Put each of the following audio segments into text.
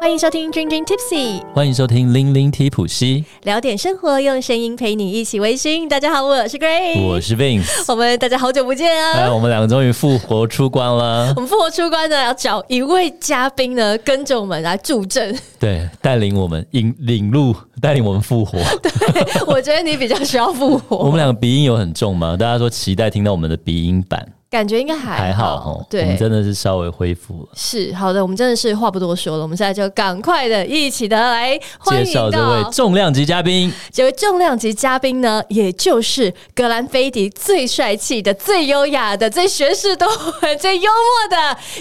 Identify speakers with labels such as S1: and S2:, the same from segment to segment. S1: 欢迎收听《君君 Tipsy》，
S2: 欢迎收听《零零提普西
S1: 聊点生活，用声音陪你一起微醺。大家好，我是》，Grace，
S2: 我是 Vince。
S1: 我们大家好久不见
S2: 哎，
S1: 哎啊！
S2: 我们两个终于复活出关了
S1: 我，们复活出关呢，要找一位嘉宾呢，跟着我们来助 阵。
S2: 对，带领我们引领路，带领我们 复活。
S1: 我觉得你比较需要复
S2: 我
S1: 活，
S2: 们两个鼻音有很重吗？大家说期待听到我们的鼻音版，
S1: 感觉应该还
S2: 还好
S1: 好
S2: 哦。我们
S1: 对，
S2: 真的是稍微恢复了。
S1: 是好的。我们真的是话不多说了，我们现在就赶快的一起的来欢
S2: 介
S1: 迎到
S2: 绍这位重量级嘉宾，
S1: 这位重量级嘉宾呢，也就是格兰菲迪最帅气的、最优雅的、最学识多闻、最幽默的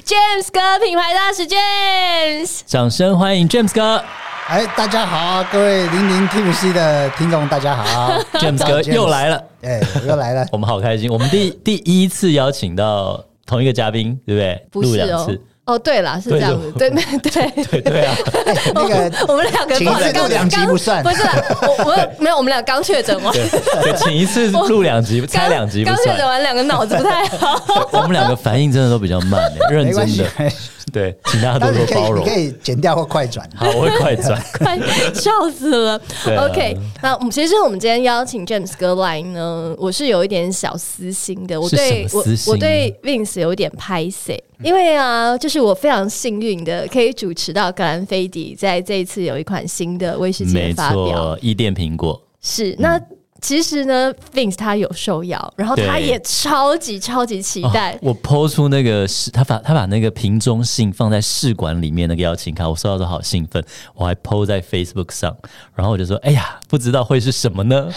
S1: James 哥品牌大使 James。
S2: 掌声欢迎 James 哥
S3: 哎，大家好，各位零零 T 五 C 的听众，大 家好
S2: ，James 哥又，来了，，
S3: 哎，我又来了
S2: 我们好开心。我们第第一次邀请到同一个嘉宾，对不对？
S1: 不
S2: 录
S1: 是
S2: 两
S1: 哦
S2: 次，，
S1: 哦，对啦，是这样子，对对对。
S2: 对对啊，
S3: 哎，那个
S1: 我们两个
S3: 请
S1: 不好意思
S3: 再录
S1: 刚
S3: 两集
S1: 刚
S3: 不算
S1: 不是啦，我我没有，我们俩刚确诊完，
S2: 对啊对，请一次录两集，猜两集不
S1: 刚刚确
S2: 算
S1: 诊。完，两个脑子不太好。
S2: 我们两个反应真的都比较慢、欸， 认
S3: 没关
S2: 真
S3: 系
S2: 的，，对，请大家多
S3: 但
S2: 多
S3: 是你可
S2: 包
S3: 以
S2: 容
S3: 你可。以剪掉或快转。
S2: 好，我会快转。
S1: 快笑死了。
S2: 对啊
S1: OK，那我们其实我们今天邀请 James 哥来呢，我是有一点小私心的，我
S2: 是
S1: 对
S2: 什么
S1: 我
S2: 私心
S1: 我对 Vince 有点拍谁，因为啊，就是我非常幸运的可以主持到格兰菲迪在这一次有一款新的威士忌的
S2: 没
S1: 发表，
S2: 错，嗯一店苹果，
S1: 是那。其实呢，Vince 他有受邀，然后他
S2: 对
S1: 也超级超级期待
S2: 哦，我抛出那个试，他把他把那个瓶中信放在试管里面那个邀请卡，我收到都好兴奋，我还抛在 Facebook 上，然后我就说，哎呀，不知道会是什么呢？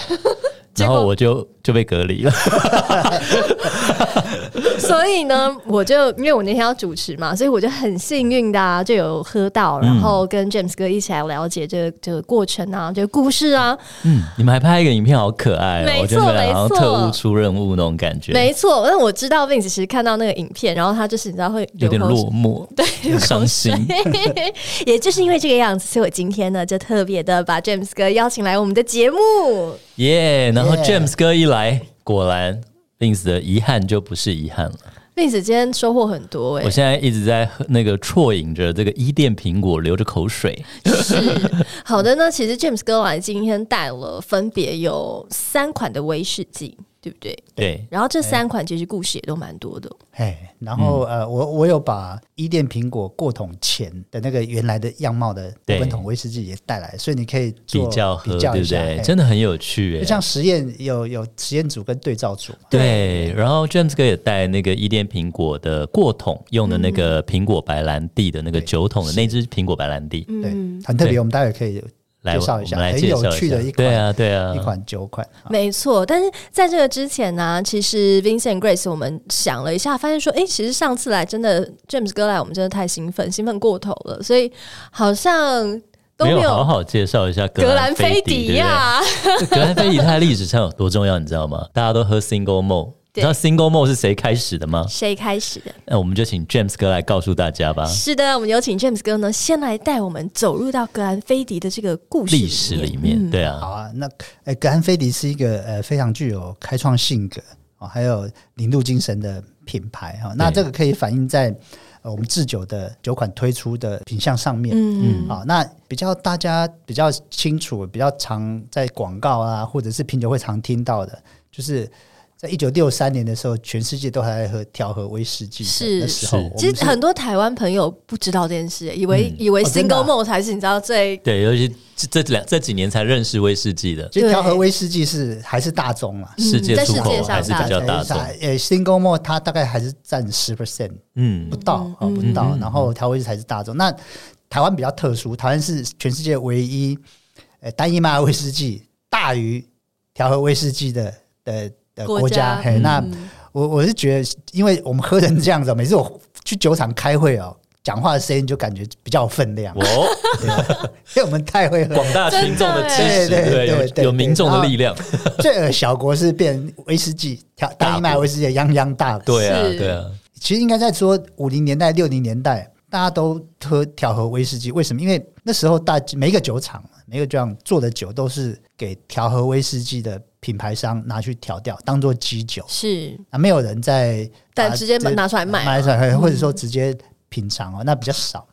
S1: 结
S2: 然
S1: 果
S2: 后我就就被隔离了，
S1: 所以呢，我就因为我那天要主持嘛，所以我就很幸运的、啊、就有喝到，
S2: 嗯
S1: 然后跟 James 哥一起来了解这个这个过程啊，这个故事啊。
S2: 嗯，你们还拍一个影片，好可爱、哦，
S1: 没错
S2: 我觉得你们俩好
S1: 没
S2: 像
S1: 错
S2: 特务出任务那种感觉，
S1: 没错，但我知道 Vince 其实看到那个影片，然后他就是你知道会流
S2: 有点
S1: 口水
S2: 落寞，对，很伤心。
S1: 也就是因为这个样子，所以我今天呢就特别的把 James 哥邀请来我们的节目。
S2: 耶然后
S3: Yeah
S2: James 哥一来，果然 Vince 的遗憾就不是遗憾了。
S1: Vince 今天收获很多哎、
S2: 我现在一直在喝那个啜饮着这个伊甸苹果，流着口水。
S1: 是好的呢。其实 James 哥来今天带了分别有三款的威士忌，对不对？
S2: 对，
S1: 然后这三款其实故事也都蛮多的。
S2: 嗯
S3: 哎，然后呃，我我有把伊甸苹果过桶前的那个原来的样貌的
S2: 对
S3: 本桶威士忌也带来，所以你可以做
S2: 比较喝，
S3: 比较
S2: 对
S3: 一
S2: 不
S3: 下，
S2: 对？
S3: 哎
S2: 真的很有趣、
S3: 就
S2: 欸。
S3: 像实验有有实验组跟对照组嘛，
S2: 对，然后 James 哥也带那个伊甸苹果的过桶用的那个苹果白兰地的那个
S3: 对
S2: 酒桶的那只苹果白兰地，
S3: 对
S1: 嗯，，
S3: 很特
S2: 对
S3: 别，我们待会可以
S2: 来
S3: 介
S2: 我
S3: 绍
S2: 们
S3: 一下，
S2: 来
S3: 很
S2: 介
S3: 有
S2: 绍
S3: 趣的
S2: 一
S3: 一
S2: 下。对
S3: 款
S2: 啊，对啊，
S3: 一款酒款，啊
S1: 没错。但是在这个之前呢、其实 Vincent Grace 我们想了一下，发现说，哎、其实上次来真的 James 哥来，我们真的太兴奋，兴奋过头了，所以好像都
S2: 没
S1: 没
S2: 有好
S1: 有。
S2: 好介绍一下格
S1: 格
S2: 兰
S1: 兰
S2: 菲
S1: 菲
S2: 迪
S1: 迪呀、
S2: 格兰菲迪它的历史上有多重要，你知道吗？大家都喝 Single Malt，你
S1: 对
S2: 知道 Single Malt 是谁开始的 吗？
S1: 谁开始的？
S2: 那我们就请 James 哥来告诉大家吧，
S1: 是的，我们有请 James 哥呢，先来带我们走入到格兰菲迪的这个故事
S2: 历史
S1: 面
S2: 里面，对
S3: 好
S2: 啊，
S3: 啊，那呃，格兰菲迪是一个呃非常具有开创性格哦，还有领路精神的品牌哈、哦。那
S2: 对
S3: 这个可以反映在、呃、我们制酒的酒款推出的品相上面。
S1: 嗯，
S3: 好、那比较大家比较清楚、比较常在广告啊，或者是品酒会常听到的，就是在一九六三年的时候，全世界都还在喝调和威士忌
S1: 是
S3: 的的时候，
S2: 是
S3: 我们
S1: 其实
S3: 是
S1: 很多台湾朋友不知道这件事，以为、以为
S3: 哦真的
S1: single
S3: 啊
S1: malt 才是你知道最
S2: 对，尤其这这两这几年才认识威士忌的，
S3: 其实调和
S1: 对嗯
S3: 威士忌是还是大啊众嘛。
S2: 世界
S1: 在
S2: 出
S1: 世
S2: 口
S1: 界上
S2: 还是比较大众，
S3: 呃，single m o 它大概还是占十 percent
S2: 嗯
S3: 不，到啊、哦，不到。然后调味才是大众。那台湾比较特殊，台湾是全世界唯一，呃，单一麦芽威士忌大于调和威士忌的的的
S1: 国
S3: 国家。
S1: 家
S3: 嘿，那我我是觉得，因为我们喝成这样子哦，每次我去酒厂开会哦。讲话的声音就感觉比较有分量，
S2: 哦，
S3: 因为我们太会喝。
S2: 广大群众的支持，
S3: 真的耶对对
S2: 对，有
S3: 对
S2: 有民众的力量，
S3: 最耳小国是变威士忌调单一麦芽威士忌的泱泱大国。
S2: 对啊，
S1: 是
S2: 对啊，
S3: 其实应该在说五零年代、六零年代，大家都喝调和威士忌，为什么？因为那时候大每一个酒厂、每一个酒厂做的酒都是给调和威士忌的品牌商拿去调掉，当做基酒，
S1: 是
S3: 啊，没有人在
S1: 但
S3: 把
S1: 直接
S3: 这
S1: 拿出来卖啊
S3: 拿出来，或者说直接品尝哦，那比较少。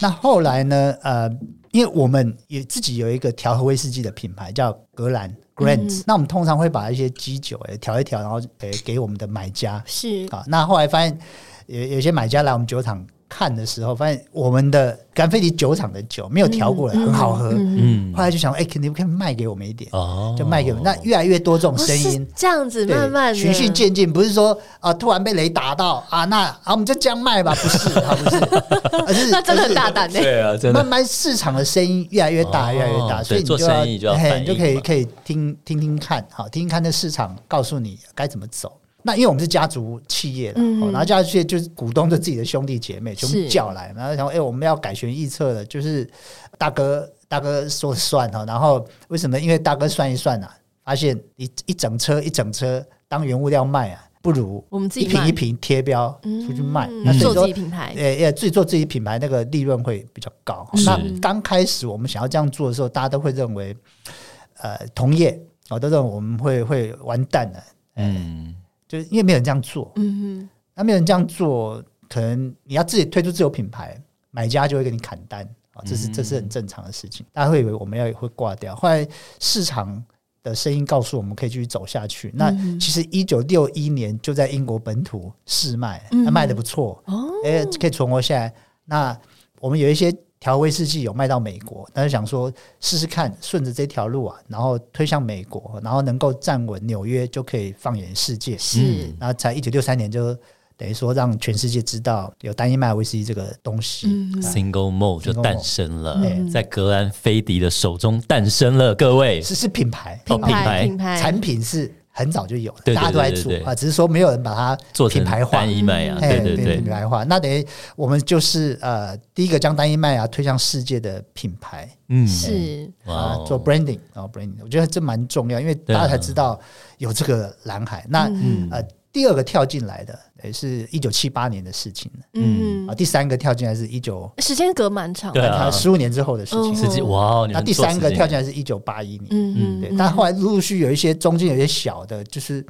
S3: 那后来呢？呃，因为我们也自己有一个调和威士忌的品牌叫格兰
S1: 嗯
S3: （Grant），、那我们通常会把一些基酒诶调一调，然后诶给我们的买家
S1: 是
S3: 啊。那后来发现有有些买家来我们酒厂看的时候，发现我们的甘菲迪酒厂的酒没有调过的，很好喝。
S2: 嗯，
S3: 后来就想，哎、肯定可以卖给我们一点，
S2: 哦
S3: 就卖给我们。那越来越多这种
S1: 哦
S3: 声
S1: 是
S3: 音。
S1: 这样子，
S3: 对
S1: 慢慢的
S3: 循序渐进，不是说啊、突然被雷打到啊，那啊我们就这样卖吧，不是，啊、 不是，而是
S1: 那真的
S3: 而是
S1: 很大胆欸 呢。
S2: 对啊，真
S3: 慢
S2: 的
S3: 慢市场的声音越来越大，
S2: 哦
S3: 越来越大，
S2: 对
S3: 所以你
S2: 做
S3: 就要
S2: 生意就要
S3: 嘿
S2: 反
S3: 你就
S2: 应
S3: 可以
S2: 嘛
S3: 可以听听听看，好听听看这市场告诉你该怎么走。那因为我们是家族企业的，
S1: 嗯
S3: 哦然后家族企业就是股东的自己的兄弟姐妹全部
S1: 是
S3: 叫来，然后然后哎，我们要改弦易辙了，就是大哥大哥说算哈，然后为什么呢？因为大哥算一算啊，发现一一整车一整车当原物料卖啊，不如
S1: 我们自己
S3: 一瓶
S1: 卖
S3: 一瓶贴标
S1: 嗯
S3: 出去卖，那
S1: 嗯
S3: 所以
S1: 做
S3: 说
S1: 自己品牌，
S3: 呃，也自己做自己品牌，那个利润会比较高。
S2: 是
S3: 那刚开始我们想要这样做的时候，大家都会认为，呃，同业哦，都认为我们会会完蛋了，
S2: 嗯，
S3: 就是因为没有人这样做。
S1: 嗯
S3: 那没有人这样做，可能你要自己推出自有品牌，买家就会给你砍单啊，这是
S2: 嗯
S3: 这是很正常的事情。大家会以为我们要会挂掉，后来市场的声音告诉我们可以继续走下去。那其实一九六一年就在英国本土试卖，那卖的不错，
S1: 哦
S3: 哎、可以存活下来。那我们有一些调威士忌有卖到美国，但是想说试试看，顺着这条路啊，然后推向美国，然后能够站稳纽约，就可以放眼世界。
S2: 嗯
S1: 是
S3: 然后在一九六三年就等于说让全世界知道有单一麦威士忌这个东西。
S1: 嗯
S2: Single Mode 就
S3: Single malt
S2: 诞生了，
S3: 嗯
S2: 在格兰菲迪的手中诞生了，各位。
S3: 是是品牌，啊
S2: 哦
S1: 品牌
S2: 品
S1: 品牌
S3: 产品是很早就有了，
S2: 对对
S3: 大家都在
S2: 对
S3: 做
S2: 对对
S3: 啊，只是说没有人把它
S2: 做成
S3: 品牌化
S2: 单。一麦啊，
S3: 嘿
S2: 对对
S3: 变
S2: 对
S3: 品，牌化，那等于我们就是呃，第一个将单一麦芽推向世界的品牌
S2: 嗯，
S1: 是
S2: 哇
S3: 啊、
S2: 哦
S3: 做 branding 啊、branding，我觉得这蛮重要，因为大
S2: 对啊嗯
S3: 家才知道有这个蓝海。那、
S1: 嗯
S3: 呃，第二个跳进来的也是一九七八年的事情了
S1: 嗯
S3: 啊，，第三个跳进来是一九
S1: 时间隔蛮长
S2: 对
S1: 的，
S2: 啊，
S3: 十五年之后的事情，
S2: 实际哇哦，你
S3: 那
S2: 们
S3: 第
S2: 做
S3: 三个
S2: 实际
S3: 跳进来是一九八一年，
S1: 嗯
S3: 对
S1: 嗯，，
S3: 但后来陆陆续有一些中间有一些小的，就是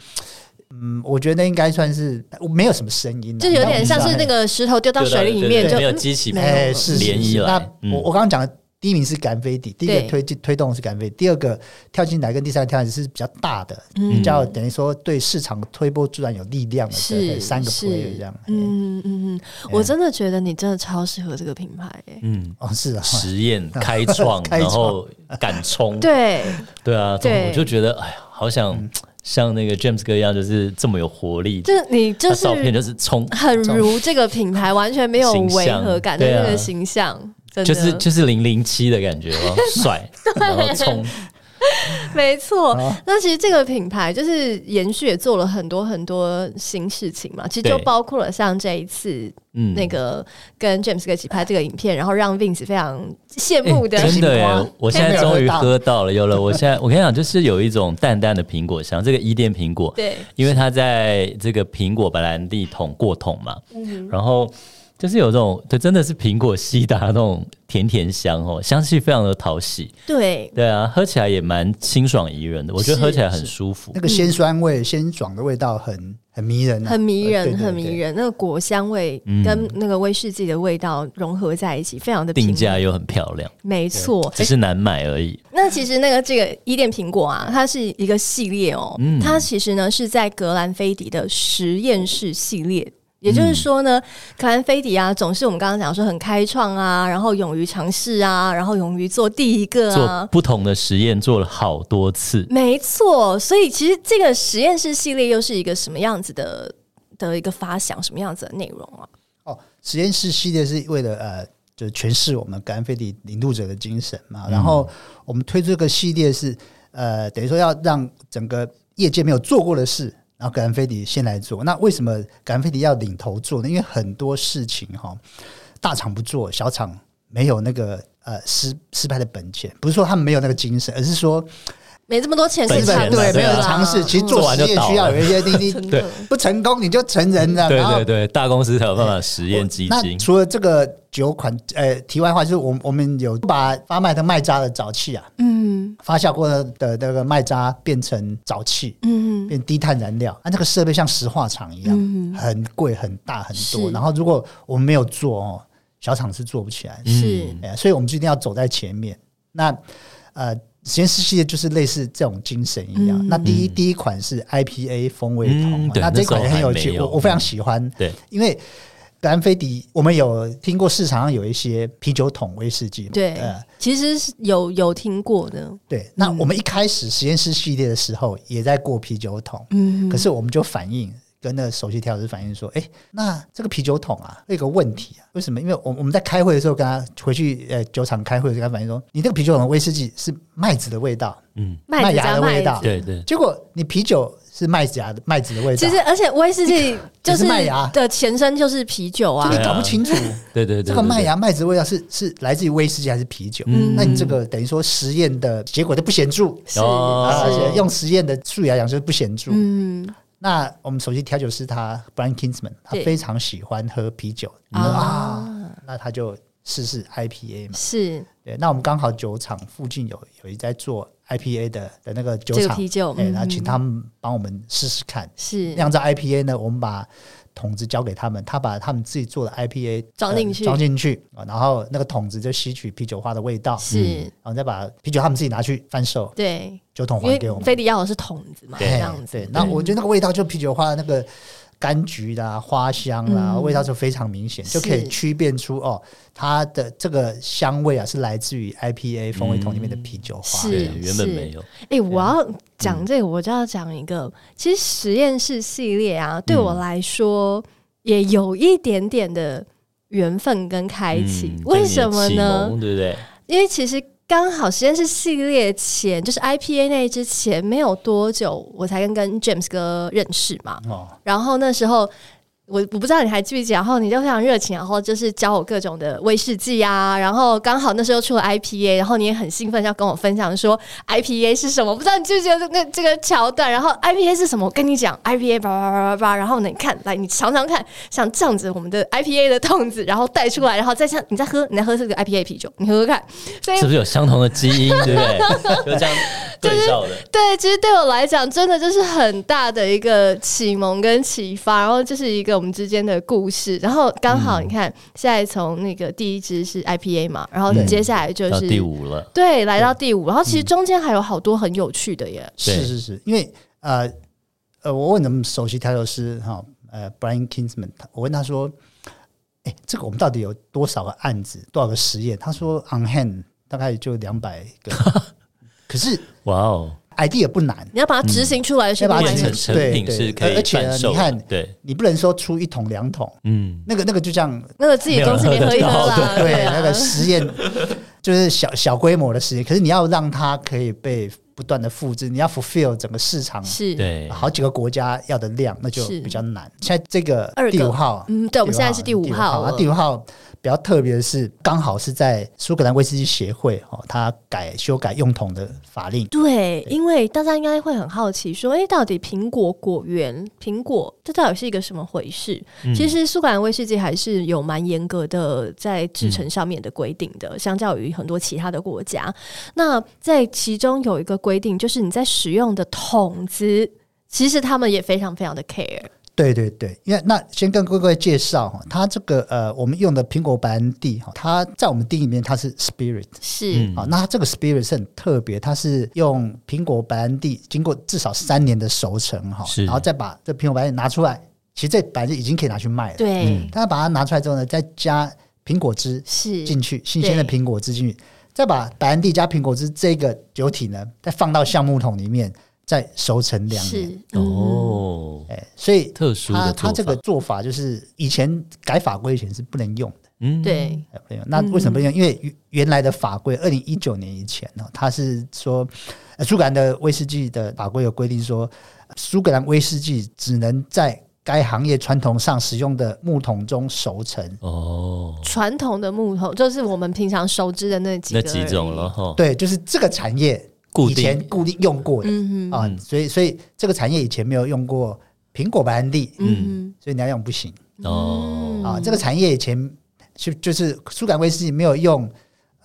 S3: 嗯，我觉得应该算是没有什么声音啊，
S1: 就有点像是那个石头丢到水里面
S2: 对对对
S1: 就
S2: 没有
S1: 嗯
S2: 激起
S1: 没有
S3: 哎是是
S2: 涟
S3: 是
S2: 漪
S3: 那
S2: 来嗯
S3: 我我刚刚讲的第一名是敢飞底，第一个
S1: 对
S3: 推进推动的是敢飞，第二个跳进来跟第三个跳进来是比较大的，
S1: 嗯
S3: 比较等于说对市场推波助澜有力量的，对对
S1: 是
S3: 三个
S1: 是
S3: player 这样，哎
S1: 嗯嗯嗯，我真的觉得你真的超适合这个品牌欸耶。
S2: 嗯，
S3: 哦是啊，
S2: 实验开创，
S3: 开
S2: 然
S3: 创
S2: 后敢冲，
S1: 对，
S2: 对啊，
S1: 对
S2: 我就觉得哎呀，好想像那个 James 哥一样，就是这么有活力，
S1: 就是你就
S2: 他
S1: 是
S2: 照片就是冲，
S1: 很如这个品牌，完全没有
S2: 形
S1: 违
S2: 象
S1: 和感的
S2: 对啊
S1: 那个形象，真的
S2: 就是就是零零七的感觉哦，帅，然后冲，
S1: 没错
S2: 哦
S3: 啊，
S1: 那其实这个品牌就是延续也做了很多很多新事情嘛，其实就
S2: 对
S1: 包括了像这一次
S2: 嗯，
S1: 那个跟 James 哥一起拍这个影片，然后让 Vince 非常羡慕的，
S2: 哎真的
S3: 星
S2: 耶
S3: 光！
S2: 我现在终于喝到了，有了！我现在我跟你讲，就是有一种淡淡的苹果香，这个伊甸苹果，
S1: 对，
S2: 因为它在这个苹果白兰地桶过桶嘛，
S1: 嗯
S2: 然后就是有这种，对，真的是苹果西达那种甜甜香哦，香气非常的讨喜，
S1: 对，
S2: 对啊，喝起来也蛮清爽宜人的，我觉得
S1: 是
S2: 喝起来很舒服
S3: 那，个鲜酸味、鲜爽的味道很很迷人啊，
S1: 嗯很迷
S3: 对
S1: 人，
S3: 对
S1: 很
S3: 对
S1: 迷人，那个果香味
S2: 嗯
S1: 跟那个威士忌的味道融合在一起，非常的
S2: 定
S1: 平
S2: 价
S1: 衡
S2: 又很漂亮，
S1: 没错，
S2: 只是难买而已。
S1: 那其实那个这个伊甸苹果啊，它是一个系列哦，
S2: 嗯
S1: 它其实呢是在格兰菲迪的实验室系列。也
S3: 嗯
S1: 就是说呢，格兰菲迪啊，总是我们刚刚讲说很开创啊，然后勇于尝试啊，然后勇于做第一个
S2: 做
S1: 啊，
S2: 不同的实验做了好多次，
S1: 没错。所以其实这个实验室系列又是一个什么样子的的一个发想，什么样子的内容啊？
S3: 哦，实验室系列是为了呃，就是诠释我们格兰菲迪领路者的精神嘛。
S2: 嗯
S3: 然后我们推出这个系列是呃，等于说要让整个业界没有做过的事，然后格兰菲迪先来做。那为什么格兰菲迪要领头做呢？因为很多事情哈、大厂不做，小厂没有那个呃失失败的本钱。不是说他们没有那个精神，而是说
S1: 没这么多钱可以
S2: 本钱
S1: 尝试
S2: 嘛
S3: 对没有
S2: 对啊
S1: 啦嗯
S3: 尝试。其实
S2: 做
S3: 做
S2: 完
S3: 实
S2: 就
S3: 验
S2: 倒
S3: 需要
S2: 了
S3: 有一些滴滴
S1: 真
S2: 对
S1: 的
S3: 不成功你就成人
S1: 嗯
S3: 了，
S2: 对
S3: 然后
S2: 对对，大公司才有办法实验基
S1: 哎
S3: 那
S2: 金。
S3: 除了这个酒款，呃，题外话就是我们我们有把发麦的麦渣的沼气啊，
S1: 嗯
S3: 发酵过的的那个麦渣变成沼气，
S1: 嗯，
S3: 变低碳燃料，啊，那个设备像石化厂一样，
S1: 嗯
S3: 很贵、很大、很
S1: 是
S3: 多。然后如果我们没有做哦，小厂是做不起来的。
S1: 是
S2: 嗯
S3: 哎、所以我们就一定要走在前面。那呃，实验室系列就是类似这种精神一样。
S1: 嗯
S3: 那第一第一款是 IPA 风味桶
S2: 嗯
S3: 嘛，
S2: 对
S3: 那这款也很有
S2: 那时候还
S3: 趣，
S2: 没有
S3: 我我非常喜欢，
S2: 对，
S3: 因为。格兰菲迪，我们有听过市场上有一些啤酒桶威士忌嘛？
S1: 对，
S3: 呃，
S1: 其实是有有听过的，
S3: 对。那
S1: 嗯
S3: 我们一开始实验室系列的时候，也在过啤酒桶，
S1: 嗯，
S3: 可是我们就反映跟那个首席调酒师反映说，哎、那这个啤酒桶啊，有一个问题啊，为什么？因为我我们在开会的时候跟他回去呃酒厂开会的时候跟他反映说，你这个啤酒桶的威士忌是麦子的味道，
S2: 嗯，
S1: 麦
S3: 麦
S1: 子
S3: 芽
S1: 加
S3: 的
S1: 麦
S3: 味
S1: 子
S3: 道，
S2: 对对，
S3: 结果你啤酒是麦子芽的麦子的味道，
S1: 其实，而且威士忌就
S3: 只是
S1: 是
S3: 麦芽
S1: 的前身就是啤酒啊
S3: 就
S2: 对
S3: 你
S2: 啊
S3: 搞不清楚
S2: 对对对，
S3: 这个
S2: 对
S3: 麦，芽麦子的味道是是来自于威士忌还是啤酒。
S2: 嗯
S3: 那你这个等于说实验的结果都不显著，
S1: 是
S2: 哦
S3: 啊而且
S1: 是
S3: 用实验的术语来讲就是不显著。
S1: 嗯
S3: 那我们首席调酒师他 Brian Kingsman，他
S1: 对
S3: 非常喜欢喝啤酒
S1: 啊
S3: 啊，那他就试试 IPA 嘛。
S1: 是
S3: 对，那我们刚好酒厂附近有有一在做 IPA 的的那个酒
S1: 这个
S3: 厂，
S1: 啤酒
S3: 对，
S1: 嗯
S3: 然后请他们帮我们试试看
S1: 是
S3: 酿造 IPA 呢。我们把桶子交给他们，他把他们自己做的 IPA
S1: 装进去
S3: 呃装进去，啊然后那个桶子就吸取啤酒花的味道，
S1: 是，
S3: 然后再把啤酒他们自己拿去贩售，
S1: 对，
S3: 酒桶
S1: 因
S3: 嗯还给我
S1: 为
S3: 们。
S1: 非得要的是桶子嘛，
S2: 对
S1: 这样子
S3: 对，，那我觉得那个味道就啤酒花的那个柑橘啦、花香啦，
S1: 嗯
S3: 味道就非常明显，
S1: 是
S3: 就可以区辨出哦，它的这个香味啊是来自于 IPA 风味桶里面的啤酒花。
S1: 是
S2: 对，原本没有，
S1: 哎、我要
S3: 嗯
S1: 讲这个，我就要讲一个。其实实验室系列啊，对
S3: 嗯
S1: 我来说也有一点点的缘分跟开启。
S2: 嗯
S1: 为什么？
S2: 跟你的启
S1: 呢？
S2: 蒙哦对不对？
S1: 因为其实刚好实验室系列前，就是 IPA 那之前没有多久，我才跟跟 James 哥认识嘛。
S3: 哦，
S1: 然后那时候。我我不知道你还记不记，然后你就非常热情，然后就是教我各种的威士忌啊，然后刚好那时候出了 IPA，然后你也很兴奋要跟我分享说 IPA 是什么，不知道你记不记得那这个桥段，然后 IPA 是什么？我跟你讲 IPA 叭叭叭叭叭，然后呢，你看来你尝尝看，像这样子我们的 IPA 的筒子，然后带出来，然后再像你再喝，你再喝这个 IPA 啤酒，你喝喝看，所以
S2: 是不是有相同的基 因，对不对？就这样对照的，
S1: 对，其实对我来讲，真的就是很大的一个启蒙跟启发，然后就是一个我们之间的故事。然后刚好你看，现在从那个第一支是 IPA 嘛，然后
S3: 嗯对嗯
S1: 接下来就
S2: 到
S1: 是
S2: 第，五了，
S1: 对，来到第五，然后其实中间还有好多很有趣的耶。
S2: 对
S3: 是是是，因为呃呃，我问我们首席调酒师哈、呃 Brian Kingsman，他我问他说，哎，这个我们到底有多少个案子，多少个实验？他说 on hand 大概就两百个， 可是
S2: 哇哦，
S3: idea 不难。
S1: 你要把它执行出来是
S3: 要
S1: 另
S3: 把它
S1: 外
S2: 变
S1: 一
S2: 成
S1: 回
S3: 执
S1: 事，
S2: 成品
S3: 对
S2: 是
S3: 对
S2: 可以
S3: 而且
S2: 贩售
S3: 你
S2: 的
S3: 看，
S2: 对，
S3: 你不能说出一桶两桶，
S2: 嗯，
S3: 那个那个就像
S1: 那个自己公司里喝一喝啦，
S3: 对
S1: 啊，
S3: 那个实验， 就是小小规模的实验，可是你要让它可以被不断的复制，你要 fulfill 整个市场
S1: 是，
S2: 对，
S3: 好几个国家要的量，那就是比较难。现在这个
S1: 二个
S3: 第五号，
S1: 嗯，对，我们现在是第五号
S3: 那
S1: 了，
S3: 第五号比较特别的是，刚好是在苏格兰威士忌协会哦，它改修改用桶的法令。
S1: 对，因为大家应该会很好奇，说，哎，到底苹果果园、苹果这到底是一个什么回事？
S2: 嗯
S1: 其实苏格兰威士忌还是有蛮严格的在制成上面的规定的，
S2: 嗯
S1: 相较于很多其他的国家。那在其中有一个规定，就是你在使用的桶子，其实他们也非常非常的 care。
S3: 对对对，因为那先跟各位介绍哈，它这个呃，我们用的苹果白兰地哈，它在我们定义里面它是 spirit。
S1: 是，
S2: 嗯
S3: 好，那它这个 spirit 是很特别，它是用苹果白兰地经过至少三年的熟成哈，
S2: 是
S3: 然后再把这苹果白兰地拿出来，其实这白兰地已经可以拿去卖了。，
S1: 对，
S2: 嗯
S3: 但它把它拿出来之后呢，再加苹果汁
S1: 是，
S3: 进去，新鲜的
S1: 对
S3: 苹果汁进去，再把白兰地加苹果汁这个酒体呢，再放到橡木桶里面，再熟成两
S1: 是
S3: 年。，
S1: 嗯，
S2: 哦，
S3: 哎，所以
S2: 特殊的做
S3: 它它
S2: 法，
S3: 这个做法就是以前改法规以前是不能用的。
S2: 嗯，
S1: 对，
S3: 哎不能用那为
S1: 嗯
S3: 什么不能用？因为原原来的法规，二零一九年以前呢、哦，它是说，呃苏格兰的威士忌的法规有规定说，呃苏格兰威士忌只能在该行业传统上使用的木桶中熟成。
S2: 哦，
S1: 传统的木头就是我们平常熟知的那几
S2: 那
S1: 个
S2: 几
S1: 而
S2: 种
S1: 已
S2: 了，哈，
S3: 对，就是这个产业
S2: 固
S3: 以前
S2: 定
S3: 固定用过的
S1: 嗯哼，
S3: 啊，所以所以这个产业以前没有用过苹果白兰地，
S1: 嗯
S3: 所以你要用不行
S2: 哦，
S1: 哼，
S3: 啊。
S1: 嗯
S3: 这个产业以前就就是苏格兰威士忌没有用，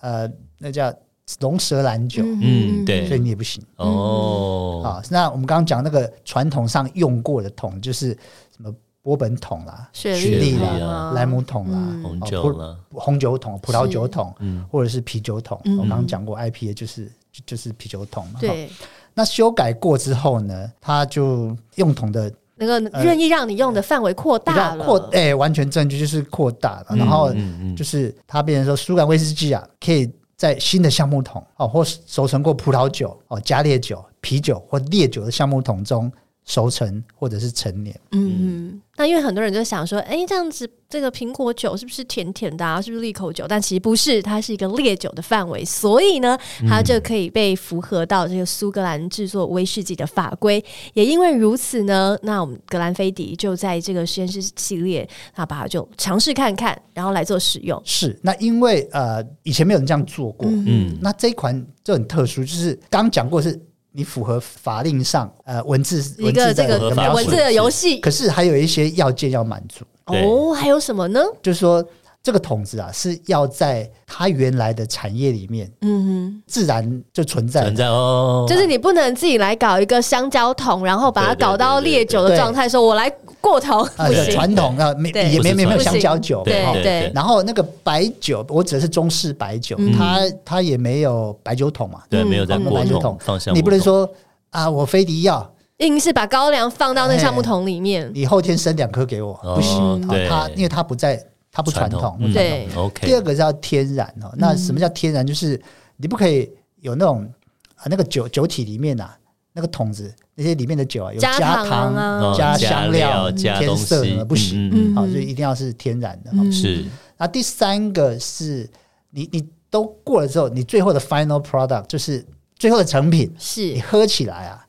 S3: 呃，那叫龙舌兰酒，
S2: 嗯对
S3: 所以你也不行。
S2: 哦，
S3: 嗯啊、那我们刚刚讲那个传统上用过的桶，就是什么波本桶啦、
S1: 雪
S3: 雪
S1: 莉
S3: 莉
S1: 桶
S2: 啦
S1: 啊，
S3: 莱姆桶啦、
S1: 嗯
S2: 红
S3: 哦
S2: 酒
S3: 不
S2: 了，
S3: 红酒桶、葡萄酒桶，
S2: 嗯
S3: 或者是啤酒桶。
S1: 嗯
S3: 我刚刚讲过，IPA 就是就就是啤酒桶嘛。哈
S1: 对，
S3: 那修改过之后呢，它就用桶的
S1: 能够愿意让你用的范围扩
S3: 比
S1: 大
S3: 较
S1: 了，
S3: 呃扩，哎、完全正确就是扩大了，然后
S2: 嗯嗯
S3: 就
S2: 嗯
S3: 是它变成说苏格兰威士忌啊，可以在新的橡木桶哦，或熟成过葡萄酒哦、加烈酒、啤酒或烈酒的橡木桶中熟成或者是陈年。
S1: 嗯嗯。那因为很多人就想说，哎，这样子这个苹果酒是不是甜甜的啊？是不是利口酒？但其实不是，它是一个烈酒的范围，所以呢，
S2: 嗯
S1: 它就可以被符合到这个苏格兰制作威士忌的法规。也因为如此呢，那我们格兰菲迪就在这个实验室系列，那把它就尝试看看，然后来做使用。
S3: 是，那因为呃以前没有人这样做过，
S2: 嗯
S3: 那这一款就很特殊，就是刚讲过是你符合法令上呃文字
S1: 一个
S3: 文字
S1: 这个
S3: 的
S2: 符合
S3: 描
S2: 法
S3: 述
S1: 文字的游戏
S3: 可是还有一些要件要满足，
S2: 对
S1: 哦，还有什么呢？
S3: 就是说这个桶子啊是要在它原来的产业里面
S1: 嗯
S3: 自然就存在
S2: 存在哦
S1: 哼，，就是你不能自己来搞一个香蕉桶，然后把它
S2: 对对
S1: 搞到
S2: 对对
S1: 烈酒的
S3: 对
S1: 状态，说我来过头，
S3: 啊
S1: 不
S2: 对
S1: 行。
S3: 传统啊，没
S1: 对
S3: 也
S2: 不
S3: 没
S2: 是
S3: 没有
S2: 传
S3: 香
S1: 统
S3: 蕉酒
S2: 对
S3: 哈
S1: 对对
S3: 然后那个白酒，我指的是中式白酒，
S1: 嗯
S3: 它它也没有白酒桶嘛，
S2: 对，没有在
S1: 嗯
S2: 过
S3: 嗯
S2: 桶放橡木桶，
S3: 你不能说啊，我非得要
S1: 硬是把高粱放到那个橡木桶里面，
S3: 你后天生两颗给我，
S2: 哦
S3: 不行，啊
S2: 对
S3: 它因为它不在，它不传
S2: 传
S3: 统，不
S2: 嗯
S3: 传统
S1: 对
S2: ，OK，
S3: 第二个叫天然哦，那什么叫天然？就是你不可以有那种啊，那个酒酒体里面啊，那个桶子那些里面的酒啊，有
S1: 加
S3: 加
S1: 糖啊
S2: 哦
S3: 加
S2: 加
S3: 香料
S2: 加
S3: 添
S2: 东
S3: 色
S2: 西
S3: 的不行
S2: 嗯
S1: 嗯
S3: 啊，就一定要是天然的。哦
S1: 嗯
S2: 嗯是
S3: 那第三个是你你都过了之后，你最后的 final product 就是最后的成品，你
S1: 是
S3: 喝起来啊，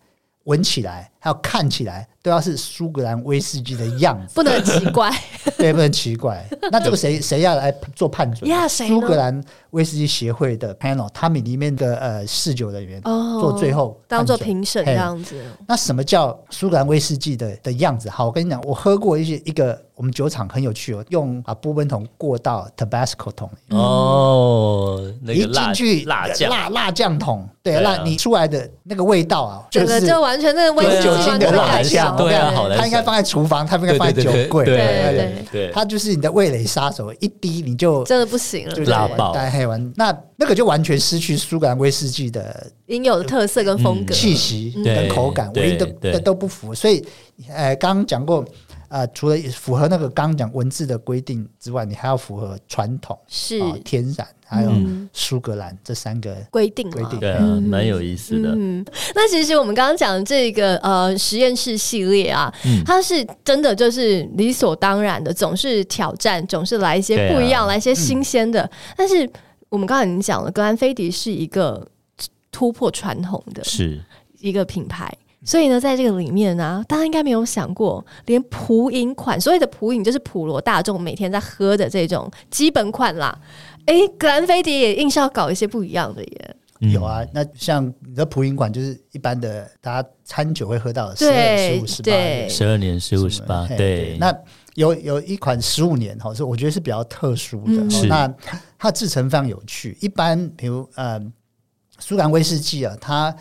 S3: 闻起来，还有看起来，都要是苏格兰威士忌的样 子，
S1: 不能很奇怪
S3: 对，不能奇怪。那这个谁谁要来做判准
S1: 呀谁呢
S3: 苏格兰威士忌协会的 panel，他们里面的呃侍酒人员
S1: 哦。
S3: 做最后
S1: 当做
S3: 判准
S1: 评审这样子，
S3: 那什么叫苏格兰威士忌的的样子？好，我跟你讲，我喝过一些一个我们酒厂很有趣哦，用啊波本桶过到 Tabasco 桶里
S2: 哦，那个
S3: 一
S2: 辣
S3: 进去
S2: 辣酱，
S3: 辣辣酱桶，对，
S2: 对啊
S3: 辣你出来的那个味道啊，
S1: 整
S3: 就
S1: 个
S3: 是
S1: 就完全那个威士忌
S2: 对
S1: 完
S2: 啊
S1: 全
S3: 酒精的
S1: 被
S3: 辣
S1: 盖
S3: 酱
S1: 掉
S2: 对啊好难
S3: 它应该放在厨房，它不应该
S2: 对
S3: 放
S2: 对
S3: 在
S2: 对
S3: 酒
S2: 对
S3: 柜，
S2: 对
S1: 对
S3: 对
S1: 对
S2: 对，
S3: 它就是你的味蕾杀手，一滴你就
S1: 真的不行了
S3: 就，
S2: 辣
S3: 完
S2: 爆
S3: 蛋嘿完，那那个就完全失去苏格兰威士忌的
S1: 应有的特色跟风格。
S3: 气息
S1: 嗯
S3: 跟口感，
S2: 对
S3: 唯一都
S2: 对
S3: 都都不符，所以呃，刚刚讲过。呃，除了符合那个刚刚讲文字的规定之外，你还要符合传统、
S1: 是
S3: 啊天然，还有
S1: 嗯
S3: 苏格兰这三个
S1: 规定
S3: 规
S1: 了
S3: 定。
S2: 对啊，蛮有意思的，
S1: 嗯，那其实我们刚刚讲的这个呃实验室系列啊，
S2: 嗯
S1: 它是真的就是理所当然的，总是挑战，总是来一些
S2: 对啊
S1: 不一样，来一些新鲜的。但是我们刚才已经讲了，格兰菲迪是一个突破传统的
S2: 是
S1: 一个品牌。所以呢，在这个里面呢、大家应该没有想过，连普饮款，所谓的普饮就是普罗大众每天在喝的这种基本款啦。诶，格兰菲迪也硬是要搞一些不一样的耶。
S3: 有
S2: 嗯
S3: 啊，那像你的普饮馆就是一般的，大家餐酒会喝到十二、
S1: 对
S3: 十五、十八，
S1: 对
S2: 十二年十五十八，
S3: 哎嘿
S2: 对，
S3: 那有有一款十五年哈，是我觉得是比较特殊的。
S1: 嗯
S3: 哦
S2: 是
S3: 那它制成非常有趣，一般比如呃，苏格兰威士忌啊，它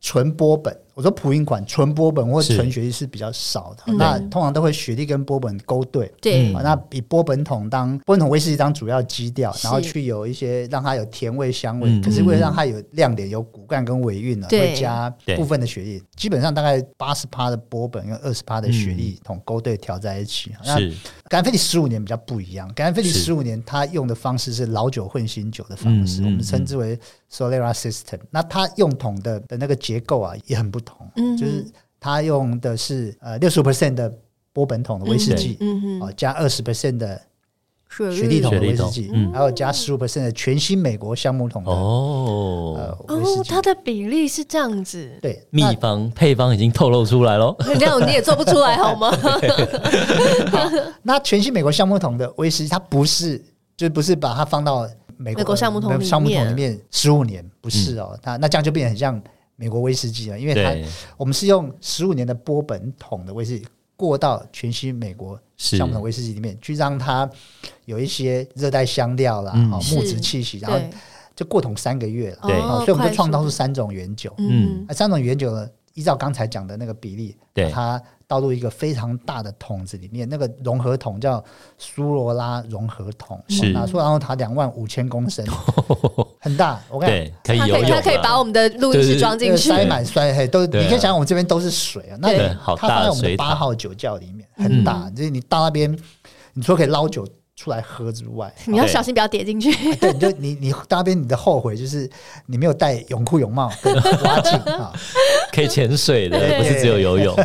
S3: 纯波本，我说普饮款纯波本或
S2: 是
S3: 纯雪莉是比较少的，
S1: 嗯
S3: 那通常都会雪莉跟波本勾兑。
S1: 对，
S2: 嗯
S3: 啊，那以波本桶当波本桶威士忌当主要基调，
S1: 是
S3: 然后去有一些让它有甜味香味，
S2: 嗯
S3: 可是为了让它有亮点，有骨干跟尾韵呢、
S1: 对
S3: 会加部分的雪莉，基本上大概八十趴的波本跟二十趴的雪莉桶勾兑调在一起。那
S2: 嗯是
S3: 格兰菲迪十五年比较不一样，格兰菲迪
S2: 是
S3: 十五年它用的方式是老酒混新酒的方式，
S2: 嗯嗯
S3: 我们称之为 Solera System。那它用桶的的那个结构啊也很不同，
S1: 嗯
S3: 就是它用的是呃六十 percent 的波本桶的威士忌。
S1: 嗯哼，
S3: 哦，加二十 percent 的
S1: 水
S3: 雪莉桶的
S2: 雪
S3: 威
S2: 莉
S3: 士
S2: 桶
S3: 忌，
S2: 嗯
S3: 还有加十五 percent 的全新美国橡木桶的、
S2: 哦
S3: 呃，威士
S1: 哦，
S3: 忌。
S1: 它的比例是这样 子，
S3: 对，
S2: 秘
S3: 那
S2: 方配方已经透露出来喽，
S1: 那样你也做不出来好吗？
S3: 那全新美国橡木桶的威士忌，它不是就不是把它放到美国
S1: 美国橡木桶里面
S3: 橡木桶里面十五年，不是哦，它那这样就变得很像美国威士忌了，因为
S2: 嗯对
S3: 它，我们是用十五年的波本桶的威士忌过到全新美国
S2: 是
S3: 橡木桶威士忌里面，去让它有一些热带香料啦，
S2: 嗯
S3: 哦
S1: 是
S3: 木质气息，然后
S1: 对，
S3: 就过桶三个月了。
S2: 对
S3: 啊，
S1: 哦
S3: 所以我们就创造出
S1: 快速
S3: 三种原酒。
S1: 嗯
S3: 啊，三种原酒呢，依照刚才讲的那个比例，
S2: 对
S3: 把它倒入一个非常大的桶子里面，那个融合桶叫苏罗拉融合桶，
S2: 是
S3: 拿出然后它两万五千公 升，很大。我跟你
S2: 对，可以
S1: 他
S2: 游
S1: 可以
S2: 泳
S1: 他可以
S2: 了
S1: 把我们的录音室装
S3: 讲
S1: 进去，
S3: 塞满塞嘿，都你
S2: 对
S3: 可
S2: 啊
S3: 以想想，我们这边都是水啊，那
S2: 对
S3: 你
S2: 好
S3: 它
S2: 大
S3: 放
S2: 的
S3: 在我们
S2: 水
S3: 的
S2: 塔嗯
S3: 八号酒窖里面很大，就是你到那边，你除了可以捞酒出来喝之外，
S1: 你要小心不要跌进去。
S3: 对，你就你你到那边你的后悔就是你没有带泳裤泳帽跟蛙镜啊。
S2: 可以潜水的，
S1: 对
S2: 不是只有游泳。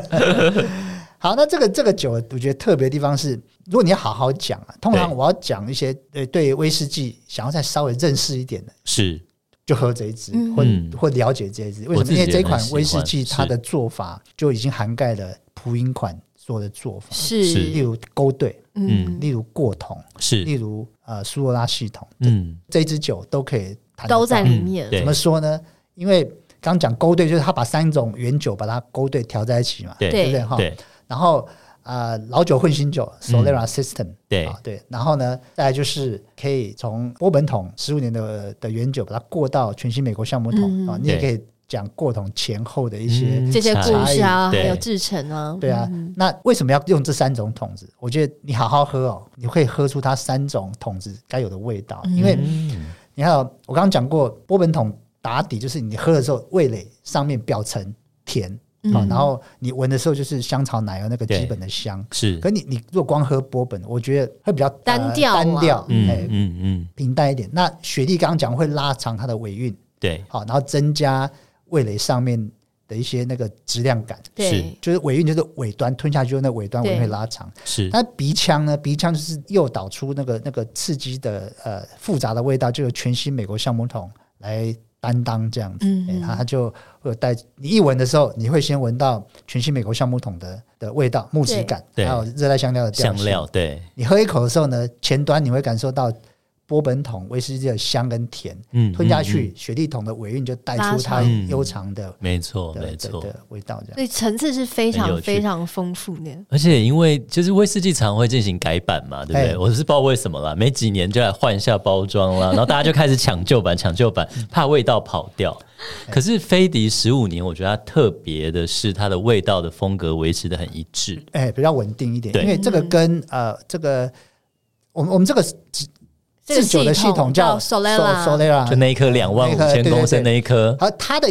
S3: 好，那这个这个酒，我觉得特别的地方是，如果你要好好讲啊，通常
S2: 对
S3: 我要讲一些呃对威士忌想要再稍微认识一点的，
S2: 是
S3: 就喝这一支，
S1: 嗯
S3: 或
S2: 嗯
S3: 或了解这一支。为
S2: 我
S3: 什
S2: 自己
S3: 么？因为
S2: 也
S3: 这
S2: 蛮
S3: 款
S2: 喜
S3: 威士
S2: 欢
S3: 忌
S2: 是
S3: 它的做法就已经涵盖了普饮款所有的做法，
S2: 是
S3: 例如勾兑，
S2: 嗯
S1: 嗯，
S3: 例如过桶，例
S2: 是，
S3: 如呃苏罗拉系统，
S2: 嗯，
S3: 这一支酒都可以谈得
S1: 都在
S3: 到
S1: 里面
S2: 嗯。对
S3: 怎么说呢？因为刚讲勾兑，就是他把三种原酒把它勾兑调在一起嘛，
S2: 对
S3: 对不对哈？
S2: 对
S3: 然后呃，老酒混新酒 Solera System，、
S2: 嗯对
S3: 啊对，然后呢，再来就是可以从波本桶十五年的的原酒把它过到全新美国橡木桶
S1: 嗯
S3: 啊、你也可
S2: 对
S3: 以讲过桶前后的一些。
S2: 嗯
S1: 这些故事啊，
S2: 对
S1: 还有制成啊，
S3: 对啊，那为什么要用这三种桶子？我觉得你好好喝哦，你会喝出它三种桶子该有的味道。因为
S2: 嗯
S3: 你看、哦，我刚刚讲过，波本桶打底就是你喝的时候，味蕾上面表层甜啊、
S1: 嗯
S3: 然后你闻的时候就是香草奶油那个
S2: 对
S3: 基本的香。
S2: 是，
S3: 可你你如果光喝波本，我觉得会比较呃
S1: 单调啊
S3: 单调，
S2: 嗯
S3: 哎、
S2: 嗯嗯，
S3: 平淡一点。那雪莉刚刚讲会拉长它的尾韵，
S2: 对，
S3: 好，然后增加味蕾上面的一些那个质量感，
S1: 对，
S3: 就是尾韵就是尾端吞下去，那尾端尾
S1: 对
S3: 会拉长。
S2: 是
S3: 那鼻腔呢？鼻腔就是诱导出那个那个刺激的呃复杂的味道，就由全新美国橡木桶来担当这样子。
S1: 嗯
S3: 嗯，它就会有带你一闻的时候，你会先闻到全新美国橡木桶的的味道、木质感，
S2: 对
S3: 还有热带香料的调
S2: 香
S3: 性
S2: 料，对，
S3: 你喝一口的时候呢，前端你会感受到波本桶威士忌的香跟甜，
S2: 嗯
S3: 吞下，
S2: 嗯
S3: 去雪莉桶的尾韵就带
S1: 拉
S3: 出它
S2: 长
S3: 悠长的
S2: 嗯没错
S3: 的
S2: 没
S3: 的
S2: 错。
S3: 的味道，这
S1: 所
S3: 样
S1: 以层次是非
S2: 很
S1: 常
S2: 有趣
S1: 非常丰富的。
S2: 而且因为就是威士忌常会进行改版嘛，对不对？
S3: 哎
S2: 我是不知道为什么啦，每几年就来换一下包装啦，然后大家就开始抢旧 版，抢旧版，怕味道跑掉。
S3: 哎
S2: 可是飞迪十五年，我觉得它特别的是它的味道的风格维持的很一致。
S3: 哎、比较稳定一点，
S2: 对
S3: 因为这个跟呃这个我们我们这个
S1: 这个
S3: 制酒的系统叫
S1: 系统叫 Solera
S3: Solera，
S2: 就那一颗两万五千公升那一颗，
S3: 而它的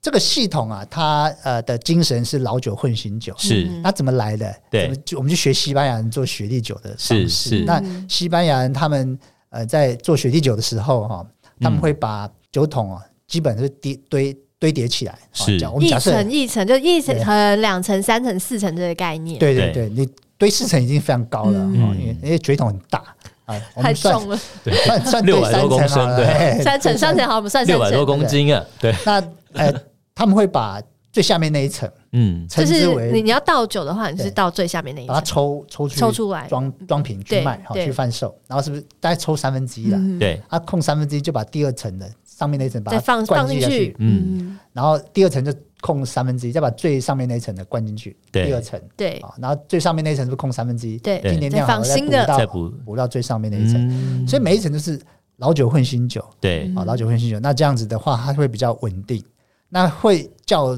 S3: 这个系统啊，它呃的精神是老酒混新酒，
S2: 是
S3: 那怎么来的？
S2: 对
S3: 怎么就我们就学西班牙人做雪莉酒的方
S2: 是
S3: 式。
S2: 是
S3: 那西班牙人他们呃在做雪莉酒的时候哈、他
S2: 嗯
S3: 们会把酒桶哦，基本是堆堆堆叠起来。哦
S2: 是
S3: 假我们
S1: 一
S3: 假设
S1: 层一层就一层
S3: 对
S1: 层、两层、三层、四层这个概念，
S3: 对
S2: 对
S3: 对对，你堆四层已经非常高了，
S1: 嗯
S3: 哦因为因为水桶很大啊，我
S1: 太
S3: 们算
S1: 重了，
S3: 算算
S2: 600
S3: 堆三
S2: 多公
S3: 层好
S2: 升
S3: 了
S2: 对
S3: 哎
S1: 三层、三层，好，我们算三
S2: 六百多
S1: 层。
S2: 公斤啊，对，
S3: 那呃，他们会把最下面那一层
S2: 嗯，
S1: 就
S3: 称
S1: 是
S3: 之
S1: 你
S3: 为
S1: 你要倒酒的话，你就是
S3: 对
S1: 倒最下面那一
S3: 把它
S1: 层。
S3: 抽抽出
S1: 抽出来嗯
S3: 装装瓶去
S1: 对
S3: 卖，好
S1: 对
S3: 去贩售，然后是不是大概抽三分之一了？
S1: 嗯，
S2: 对，
S3: 啊，空三分之一就把第二层的上面那一层把
S1: 再
S3: 它
S1: 放
S3: 灌
S1: 放
S3: 进
S1: 进
S3: 下
S1: 去，嗯
S2: 嗯，
S3: 然后第二层就空三分之一，再把最上面那一层的灌进去，
S2: 对
S3: 第二层
S1: 对
S3: 啊，然后最上面那一层是不是空三分之一？
S1: 对
S3: 今年
S1: 再
S3: 量好
S1: 放
S3: 了再
S1: 新
S3: 补
S1: 的
S3: 到
S2: 再补
S3: 补到最上面那一层，
S2: 嗯，
S3: 所以每一层都是老酒混新酒
S2: 对，
S3: 啊，老酒混新酒。那这样子的话，它会比较稳定。那会叫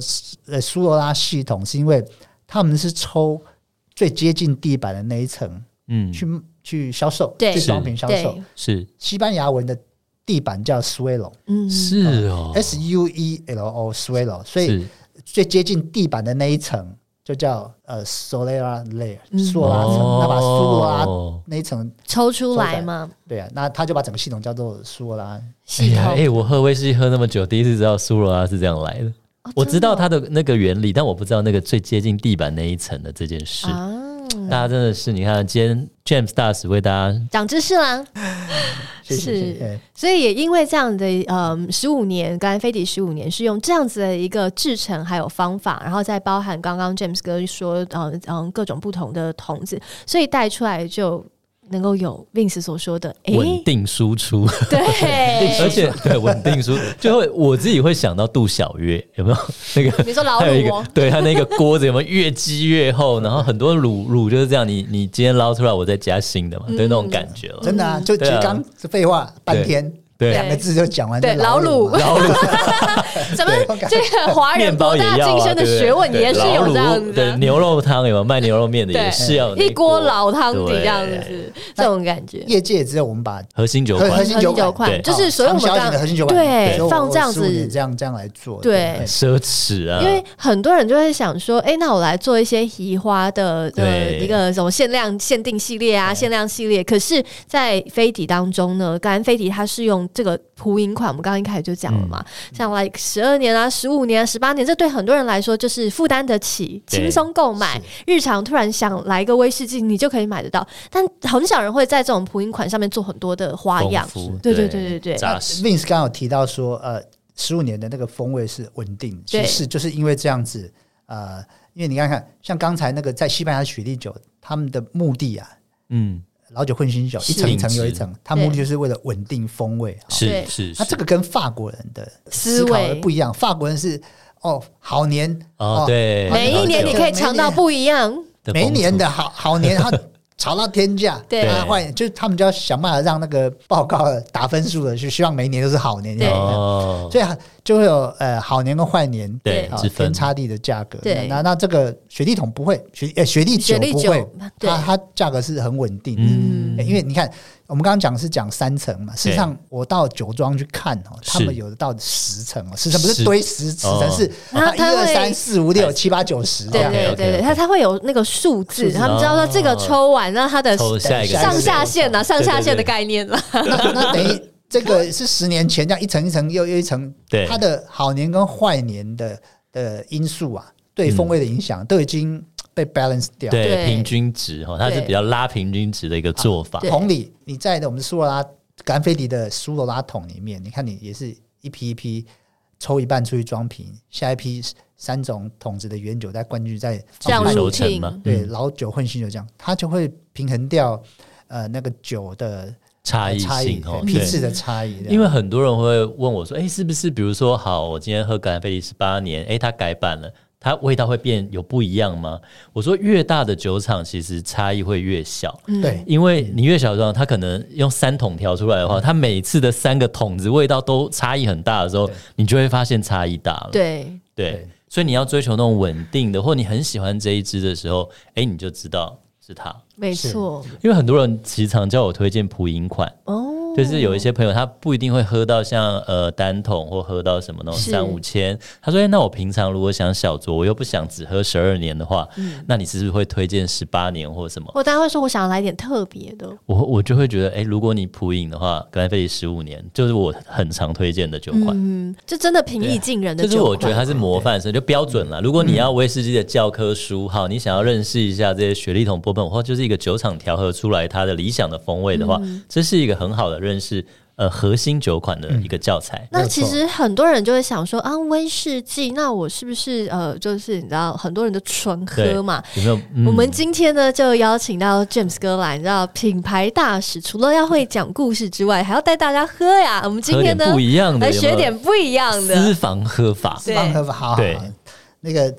S3: 呃苏罗拉系统，是因为他们是抽最接近地板的那一层
S2: 嗯，
S3: 去去销售，
S1: 对
S3: 去装瓶销售
S1: 对。，
S2: 是
S3: 西班牙文的地板叫 suelo，
S1: 嗯，
S2: 是哦，
S3: S U E L O suelo，所以
S2: 是
S3: 最接近地板的那一层就叫呃 solera layer
S1: 嗯
S3: 苏拉层，那把啊苏罗拉
S2: 哦
S3: 那一层，
S1: 抽出来嘛，
S3: 对啊，那他就把整个系统叫做苏拉，
S2: 哎
S1: 系
S2: 呀，哎、
S1: 统。
S2: 我喝威士忌喝那么久，第一次知道苏罗拉是这样来的。
S1: 哦
S2: 我知道
S1: 真
S2: 它的那个原理，但我不知道那个最接近地板那一层的这件事。
S1: 的哦啊，
S2: 大家真的是，你看今天 James 大使为大家，
S1: 长知识啦。
S3: 谢谢
S1: 是
S3: 谢谢。哎
S1: 所以也因为这样的，嗯，十五年，刚才飞迪十五年是用这样子的一个制成还有方法，然后再包含刚刚 James 哥说，嗯嗯，各种不同的桶子，所以带出来就能够有 Vince 所说的，哎、
S2: 稳定输出， 而
S1: 对，
S2: 且对稳定输，就会我自己会想到杜小月有没有那个。
S1: 你说老
S2: 还有一
S1: 鲁
S2: 个
S1: 哦，，
S2: 对它那个锅子有没有越积越厚，然后很多乳乳就是这样，你你
S1: 嗯
S2: 嗯今天捞出来，我再加新的嘛，对那种感觉了。
S3: 真的啊，就其实
S2: 对啊
S3: 刚废话半天，
S2: 对
S3: 两个字就讲完。
S1: 对
S3: 老
S1: 老鲁
S3: 嘛
S2: 老鲁
S1: 咱们这个华人
S2: 面包
S1: 博
S2: 也
S1: 大
S2: 要
S1: 精
S2: 啊，
S1: 深的
S2: 对不对
S1: 学问也是
S2: 对
S1: 有这样
S2: 老
S1: 子
S2: 卤对
S1: 的，
S2: 牛肉汤有没有卖牛肉面的
S1: 对
S2: 也是要有那
S1: 一锅老汤底
S2: 对
S1: 这样子，这种感觉。
S3: 业界也只有我们把
S2: 核心酒
S3: 核核
S2: 馆
S3: 心酒
S1: 酒
S2: 对
S1: 款就是所以我们
S3: 小
S1: 刚
S3: 的核心酒馆，
S1: 对
S3: 所以我
S1: 放这样
S3: 我15年
S1: 子
S3: 这样这样来做，哎
S1: 对
S2: 奢侈啊，
S1: 因为很多人就会想说，哎、那我来做一些移花的呃
S2: 对
S1: 一个什么限量限定系列啊，限量系列。可是，在飞迪当中呢，感恩飞迪它是用这个普饮款，我们刚刚一开始就讲了嘛，
S2: 嗯
S1: 像来十二年啊、十五年、啊、十八年，这对很多人来说就是负担得起，
S2: 对
S1: 轻松购买，日常突然想来一个威士忌，你就可以买得到。但很少人会在这种普饮款上面做很多的花样
S2: 功夫，
S1: 对
S2: 对
S1: 对对对对。
S2: 扎实
S3: Vince 刚刚有提到说，呃，十五年的那个风味是稳定，
S1: 对
S3: 其实就是因为这样子，呃，因为你看看，像刚才那个在西班牙雪莉酒，他们的目的啊，
S2: 嗯，
S3: 老酒混新酒，
S1: 是
S3: 一层一层又一层，他
S1: 对
S3: 目的就是为了稳定风味。哦
S2: 是
S1: 对啊
S2: 是
S3: 那
S2: 是
S3: 这个跟法国人的
S1: 思
S3: 思考
S1: 维
S3: 不一样，法国人是哦好年
S2: 哦，，对，
S1: 每一年你可以尝到不一样，
S2: 的
S3: 每一
S2: 风俗
S3: 年的好 好年，他炒到天价，
S1: 对
S3: 啊换就是他们就要想办法让那个报告打分数的，就希望每一年都是好年，
S1: 对
S2: 哦，
S3: 所以就会有呃好年跟坏年
S2: 对
S3: 啊
S2: 之
S3: 天
S2: 分
S3: 差地的价格。
S1: 对
S3: 那那这个雪地桶不会，雪呃雪地酒
S1: 雪莉
S3: 不
S1: 酒
S3: 会，
S1: 对
S3: 它它价格是很稳定的。
S2: 嗯
S3: 因为你看，我们刚刚讲是讲三层嘛，事实上我到酒庄去看哦，
S2: 是
S3: 他们有的到十层哦，十层不是
S2: 十
S3: 堆十十层，
S2: 哦哎
S3: 是
S1: 然后
S3: 一
S1: 它
S3: 二
S1: 会
S3: 三四五六七八九十这
S1: 对
S3: 样。
S1: 对
S2: OK，OK，OK
S1: 对对，它它会有那个数字，
S3: 数字
S1: 他们知道说这个抽完，那它的
S2: 哦抽下一个
S1: 上下限啊，
S2: 对对
S1: 上
S2: 对
S1: 下限的概念了。啊
S3: 那 那等于这个是十年前这样一层一层又又一层，
S2: 对
S3: 它的好年跟坏年的的因素啊，对风味的影响都已经被 balance 掉。
S1: 对
S2: 嗯对平均值哈，它是
S1: 对
S2: 比较拉平均值的一个做法
S1: 对，
S3: 同理，你在我们苏罗拉甘菲迪的苏罗拉桶里面，你看你也是一批一批抽一半出去装瓶，下一批三种桶子的原酒再灌进去，再
S1: 这样
S3: 放
S2: 哦就是熟
S3: 进去
S1: routine
S2: 成嘛，
S3: 对
S2: 嗯
S3: 老酒混新酒这样，它就会平衡掉呃那个酒的呃
S2: 差异
S3: 差异
S2: 性哦，
S3: 批
S2: 对。
S3: 次的差异。
S2: 因为很多人会问我说：“哎、是不是比如说，好，我今天喝格兰菲迪十八年，哎、它改版了，它味道会变有不一样吗？”我说：“越大的酒厂其实差异会越小，
S3: 对
S2: 因为你越小庄，它可能用三桶调出来的话，它每次的三个桶子味道都差异很大的时候
S3: 对，
S2: 你就会发现差异大了。
S1: 对
S2: 对
S3: 对
S2: 所以你要追求那种稳定的，或你很喜欢这一支的时候，哎、你就知道是它。
S1: 没错。
S2: 因为很多人时常叫我推荐普饮款。”
S1: 哦，
S2: 就是有一些朋友他不一定会喝到像呃单桶或喝到什么那种
S1: 是
S2: 三五千，他说、哎，那我平常如果想小酌，我又不想只喝十二年的话，
S1: 嗯
S2: 那你是不是会推荐十八年或什么？
S1: 我当然会说，我想要来点特别的。
S2: 我我就会觉得，哎、如果你普饮的话，格兰菲迪十五年就是我很常推荐的酒款。
S1: 嗯，就真的平易近人的
S2: 就
S1: 酒
S2: 啊是
S1: 款，嗯
S2: 我觉得它是模范生，就标准了。如果你要威士忌的教科书，好，你想要认识一下这些雪莉桶、波本或就是一个酒厂调和出来它的理想的风味的话，
S1: 嗯
S2: 这是一个很好的认识呃核心酒款的一个教材。
S1: 嗯那
S3: 没有
S1: 其
S3: 错
S1: 实很多人就会想说啊，威士忌，那我是不是呃，就是你知道很多人的纯
S2: 对
S1: 喝嘛？
S2: 有没有？嗯
S1: 我们今天呢，就邀请到 James 哥来，你知道品牌大使，除了要会讲故事之外，还要带大家喝呀。我们今
S2: 喝
S1: 天
S2: 点
S1: 呢，
S2: 不一样
S1: 来
S2: 的，有没
S1: 学
S2: 有
S1: 点不一样
S2: 私
S1: 的。
S2: 房喝法，
S1: 对
S3: 方喝法好好
S2: 对
S3: 好，那个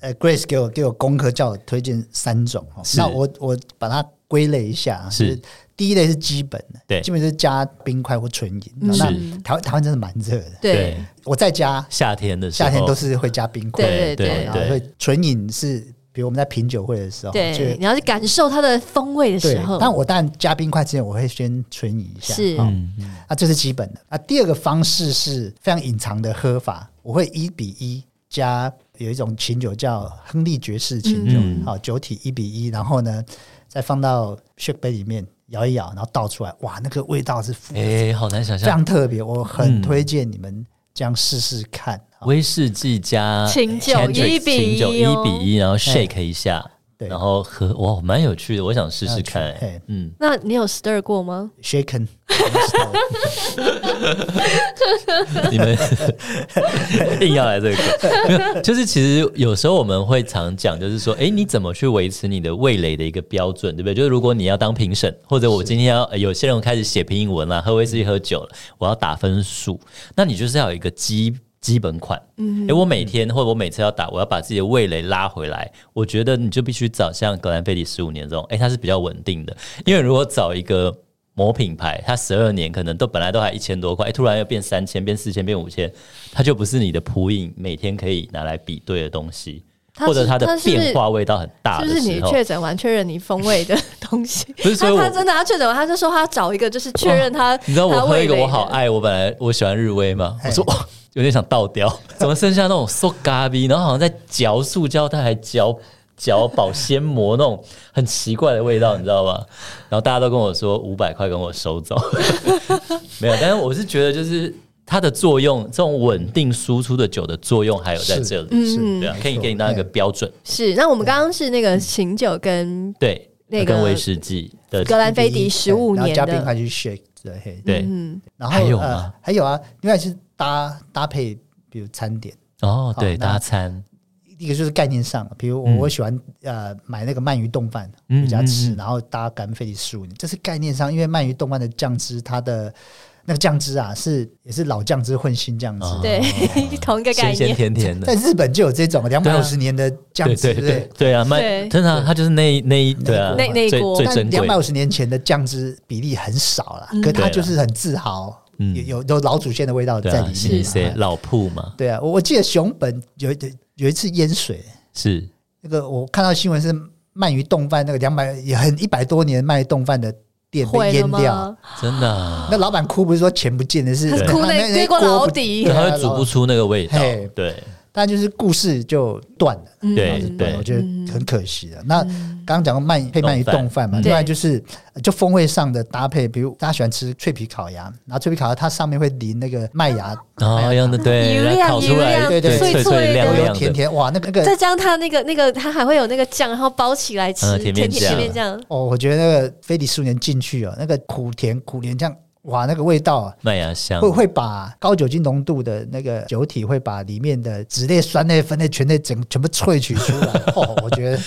S3: 呃，Grace 给我给我功课，叫我推荐三种哦。
S2: 是
S3: 那我我把它归类一下啊，
S2: 是
S3: 就第一类是基本的，
S2: 对
S3: 基本就是加冰块或纯饮。
S1: 嗯
S3: 那
S2: 是
S3: 台湾台湾真的蛮热的，
S1: 对，
S3: 我在家
S2: 夏天的时候，
S3: 夏天都是会加冰块，
S1: 对
S2: 对
S1: 对
S2: 对
S3: 然后
S2: 对
S3: 会纯饮是，比如我们在品酒会的时候，就
S1: 对，你要去感受它的风味的时
S3: 对
S1: 候，，
S3: 但我当然加冰块之前，我会先纯饮一下，
S1: 是
S2: 嗯，
S3: 啊，这是基本的。啊，第二个方式是非常隐藏的喝法，我会一比一加有一种琴酒叫亨利爵士琴酒，
S2: 嗯
S3: 好、酒体一比一，然后呢再放到 shake 杯里面摇一摇，然后倒出来，哇，那个味道是非
S2: 哎，好难想象
S3: 常特别，我很
S2: 嗯
S3: 推荐你们这样试试看。好
S2: 威士忌加
S1: 清酒
S2: Hendrick
S1: 一比一
S2: 清酒
S1: 哦
S2: 一比一，然后 shake 一下，
S3: 对
S2: 然后喝，哇，蛮有趣的，我想试试
S3: 蛮
S2: 看
S3: 有趣哎，
S2: 嗯。
S1: 那你有 stir 过吗？
S3: shaken，
S2: 你们 硬要来这个，没有就是其实有时候我们会常讲，就是说，哎、你怎么去维持你的味蕾的一个标准，对不对？就是如果你要当评审，或者我今天要、呃有些人开始写评议文啦，喝威士忌喝酒了，我要打分数，那你就是要有一个基。基本款，嗯，哎、我每天或者我每次要打，我要把自己的味蕾拉回来。我觉得你就必须找像格兰菲迪十五年这种，哎、它是比较稳定的，因为如果找一个某品牌，它十二年可能都本来都还一千多块，诶哎突然又变三千、变四千、变五千，它就不是你的普饮每天可以拿来比对的东西，
S1: 它
S2: 或者
S1: 是
S2: 它的
S1: 它是不是
S2: 变化味道很大
S1: 就
S2: 的
S1: 是你
S2: 时候，
S1: 确诊完确认你风味的东西。
S2: 不是所以
S1: 他
S2: 我哦
S1: 他真的他确诊完，他就说他找一个就是确认他、
S2: 你知道
S1: 他
S2: 我喝
S1: 味
S2: 一个
S1: 蕾
S2: 我好
S1: 的
S2: 爱，我本来我喜欢日威嘛，
S3: 嘿
S2: 我说哇，有点想倒 掉，怎么剩下那种塑咖喱，然后好像在嚼塑胶袋，还嚼嚼保鲜膜那种很奇怪的味道，你知道吗？然后大家都跟我说五百块跟我收走， 没有，但是我是觉得就是它的作用，这种稳定输出的酒的作用还有在
S3: 是
S2: 这里，
S3: 是
S1: 嗯
S2: 对啊，可以
S3: 没错
S2: 给你当一个
S3: 嘿
S2: 标准，
S1: 是。那我们刚刚是那个醒酒跟
S2: 对，
S1: 那个
S2: 跟威士忌的
S1: 格兰菲迪十五
S3: 然后
S1: 年
S3: 加冰
S1: 的，
S3: 块去 shake 对，嘿
S2: 嗯对，
S1: 嗯，
S3: 然后
S2: 还有
S3: 呃
S2: 吗
S3: 还有啊，另外是搭搭配，比如餐点，
S2: 哦，对，
S3: 好那
S2: 搭餐，
S3: 一个就是概念上，比如我、
S2: 嗯
S3: 我喜欢呃买那个鳗鱼冻饭
S2: 嗯
S3: 回家吃，
S2: 嗯嗯
S3: 然后搭干费里十五年，这是概念上，因为鳗鱼冻饭的酱汁它的。那个酱汁啊，是也是老酱汁混新酱汁，
S2: 哦
S1: 对， 同一个概
S2: 咸咸
S1: 念。
S2: 甜甜的
S3: 在。日本就有这种两百
S2: 对啊
S3: 五十年的酱
S2: 对
S3: 汁，
S2: 对
S3: 不
S2: 对对啊，卖
S1: 对
S2: 真的啊，它就是那一那一对啊，
S1: 那那一
S2: 最
S1: 锅
S2: 最
S3: 但
S2: 珍
S3: 两
S2: 贵
S3: 百，五十年前的酱汁比例很少啦，
S1: 嗯
S3: 可他
S2: 对啊
S3: 就是很自豪，
S2: 嗯
S3: 有有有老祖先的味道
S2: 对
S3: 在
S2: 啊
S3: 里，
S2: 是
S3: 面
S2: 谁
S3: 嘛。
S2: 老铺嘛？
S3: 对啊，我我记得熊本有一有一次淹水，
S2: 是
S3: 那个我看到新闻是鳗鱼冻饭那个两百也很一百多年鳗鱼冻饭的店被
S1: 毁了
S3: 淹掉，
S1: 吗？
S2: 真的啊，
S3: 那老板哭不是说钱不见的是
S1: 他是
S3: 那
S1: 哭
S3: 那
S1: 得
S3: 那
S1: 跌过
S3: 锅
S1: 牢
S3: 不
S1: 底
S2: 对
S3: 对
S2: 它
S3: 啊
S2: 会煮不出那个味道
S3: 嘿，
S2: 对
S3: 但就是故事就断了，
S1: 嗯
S2: 对
S1: 嗯
S2: 对
S3: 我觉得很可惜了。那刚刚讲过鳗配鳗鱼冻饭嘛，
S2: 冻饭
S3: 另外
S1: 对
S3: 就是呃就风味上的搭配，比如大家喜欢吃脆皮烤鸭，然后脆皮烤鸭它上面会淋那个麦芽，
S2: 啊，
S3: 麦
S2: 样
S3: 芽
S2: 的对，
S1: 油
S2: 然后
S1: 亮
S2: 烤
S1: 油
S2: 出来
S1: 亮
S3: 哎对对
S2: 脆
S1: 脆脆
S2: 脆
S1: 的
S2: 亮
S3: 油油
S2: 亮
S3: 甜
S2: 的，
S3: 甜，哇，那个那
S1: 再
S3: 个
S1: 加上它那个那个，它还会有那个酱，然后包起来吃，
S2: 嗯甜面酱
S1: 甜面酱。
S3: 哦，我觉得那个飞迪素年进去哦，那个苦甜苦甜酱，哇，那个味道啊。
S2: 麦芽
S1: 嗯
S2: 香
S3: 会，会把高酒精浓度的那个酒体会把里面的脂类、酸类、酚类、醛类整全部萃取出来。 哦，我觉得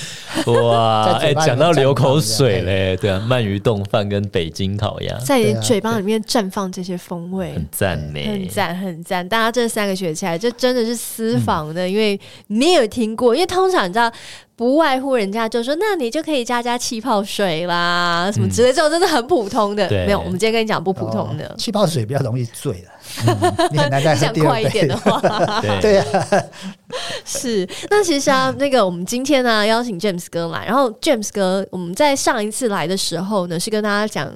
S2: 哇，
S3: 在
S2: 哎，
S3: 嘴巴里面
S2: 讲到流口
S3: 绽
S2: 水
S3: 放
S2: 嘞，对啊，鳗鱼冻饭跟北京烤鸭，
S1: 在你
S3: 对啊
S1: 嘴巴里面绽放这些风味，
S2: 很赞呢，
S1: 很赞很赞！大家这三个学起来，这真的是私房的，因为没有听过。因为通常你知道，不外乎人家就说，那你就可以加加气泡水啦，什么之类，这种真的很普通的。
S2: 对
S1: 没有，我们今天跟你讲不普通
S3: 哦
S1: 的，
S3: 气泡水比较容易 醉了，嗯你很难再喝
S1: 想
S3: 第二
S1: 快一点哦的。
S3: 杯
S1: 话，
S2: 对
S3: 对啊，
S1: 是，那其实啊，那个我们今天呢、邀请 James 哥来，然后 James 哥我们在上一次来的时候呢，是跟大家讲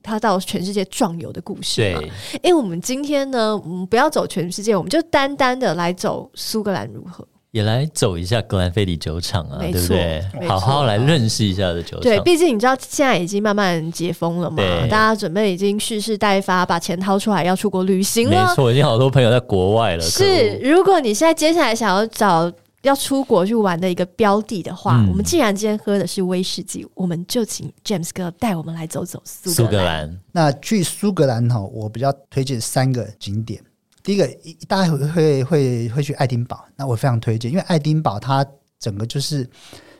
S1: 他到全世界壮游的故事嘛。
S2: 对，
S1: 哎、我们今天呢，我们不要走全世界，我们就单单的来走苏格兰如何？
S2: 也来走一下格兰菲迪酒厂啊，
S1: 没
S2: 对不
S1: 错
S2: 对
S1: 没？
S2: 好好
S1: 错
S2: 来认识一下的酒厂，
S1: 对，毕竟你知道现在已经慢慢解封了嘛
S2: 对，
S1: 大家准备已经蓄势待发，把钱掏出来要出国旅行
S2: 没
S1: 了。
S2: 错，已经好多朋友在国外了。
S1: 是，如果你现在接下来想要找要出国去玩的一个标的的话，
S2: 嗯
S1: 我们既然今天喝的是威士忌，我们就请 James 哥带我们来走走
S2: 可
S1: 苏
S2: 恶苏
S1: 格
S2: 格
S1: 兰。
S2: 兰，
S3: 那去苏格兰哈，我比较推荐三个景点。第一个，一大家会会会会去爱丁堡，那我非常推荐，因为爱丁堡它整个就是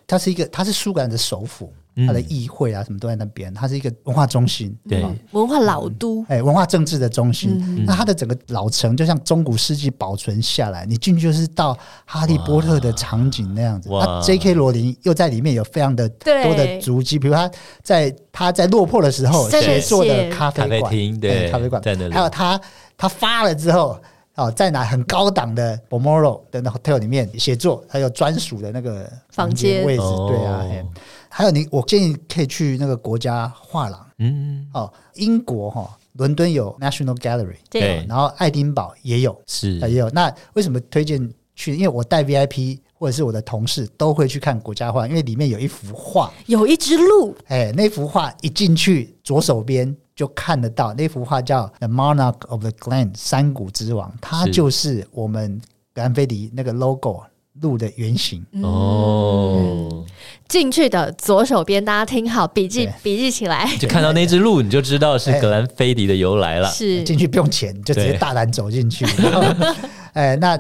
S3: 它是一个，它是苏格兰的首府，
S1: 嗯
S3: 它的议会啊什么都在那边，它是一个文化中心，
S2: 对
S3: 哦
S1: 文化老都，
S3: 哎，文化政治的中心。
S1: 嗯
S3: 那它的整个老城就像中古世纪保存下来，你进去就是到哈利波特的场景那样子。
S2: 哇
S3: 那 J.K. 罗琳又在里面有非常的
S1: 对
S3: 多的足迹，比如他在他在落魄的时候
S1: 在
S2: 那
S3: 协作的
S1: 写
S3: 咖啡
S2: 咖啡
S3: 馆，
S2: 厅对
S3: 哎咖啡馆
S2: 在那里
S3: 还有他他发了之后。哦，在哪很高档的 Bomoro 的那 hotel 里面写作，还有专属的那个
S1: 房
S3: 间
S1: 间
S3: 位置，
S2: 哦
S3: 对啊，嘿还有你，我建议可以去那个国家画廊，
S2: 嗯，
S3: 哦，英国哈、伦敦有 National Gallery，
S2: 对
S3: 然后爱丁堡也有，
S2: 是
S1: 哎
S3: 呃也有。那为什么推荐去？因为我带 VIP 或者是我的同事都会去看国家画，因为里面有一幅画，
S1: 有一只鹿，
S3: 哎，那幅画一进去左手边就看得到，那幅画叫《The Monarch of the Glen》山谷之王，它
S2: 是
S3: 就是我们格兰菲迪那个 logo 鹿的原型。
S2: 哦，
S1: 嗯进去的左手边，大家听好，笔记
S3: 对
S1: 笔记起来。
S2: 就看到那只鹿，你就知道是格兰菲迪的由来了。
S1: 哎是，
S3: 哎进去不用钱，就直接
S2: 对
S3: 大胆走进去。 然后哎，那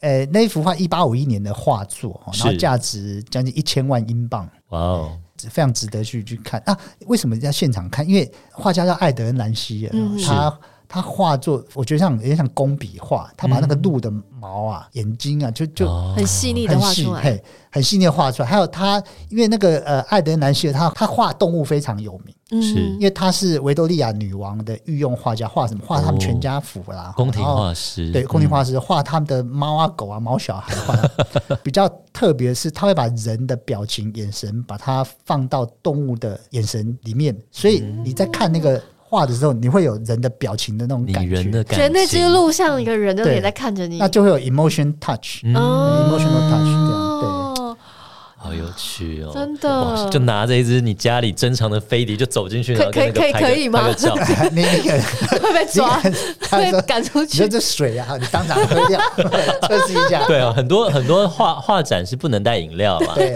S3: 呃，那幅画一八五一年的画作，哦然后
S2: 是
S3: 价值将近一千万英镑，
S2: 哇哦，
S3: 非常值得去去看啊。为什么要现场看？因为画家叫艾德恩·兰希尔，
S1: 嗯
S3: 他它化作，我觉得像有点像工笔画，它把那个鹿的毛啊、眼睛啊，就就
S2: 哦
S1: 很嗯细腻的
S3: 很
S1: 画
S3: 细，
S1: 出来，
S3: 嘿，很细腻地画出来。还有他，因为那个呃，爱德南希尔他他画动物非常有名，
S2: 是
S1: 嗯
S3: 因为他是维多利亚女王的御用画家，画什么画他们全家福啦，
S2: 宫廷
S3: 然后
S2: 画师，
S1: 哦
S3: 对，宫廷画师画他们的猫啊、狗啊、毛小孩画得比较特别，是他会把人的表情、眼神，把它放到动物的眼神里面，所以你在看那个画的时候，你会有人的表情的那种
S2: 嗯拟
S3: 感
S2: 人
S3: 觉，
S2: 的感
S1: 觉得
S2: 情，
S1: 那只鹿像一个人的
S3: 对
S1: 脸在看着你，
S3: 那就会有 emotion touch，
S2: 嗯
S1: 哦
S3: emotional touch，这样对
S2: 好有趣哦，
S1: 真的
S2: 哇就拿着一只你家里珍藏的飞碟就走进去，
S1: 可
S2: 然后跟那个
S1: 可以
S2: 拍个
S1: 可以吗
S2: 拍个照
S3: 你你可能
S1: 会被抓，
S3: 他
S1: 会
S3: 说
S1: 赶出
S3: 你说
S1: 去。
S3: 这水啊，你当场喝掉，测试一下。
S2: 对啊，很多很多画画展是不能带饮料嘛，
S3: 对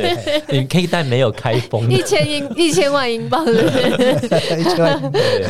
S2: 对，你可以带没有开封
S1: 一
S2: 的，
S1: 千英一千万英镑，是不 是
S3: 就
S2: 对，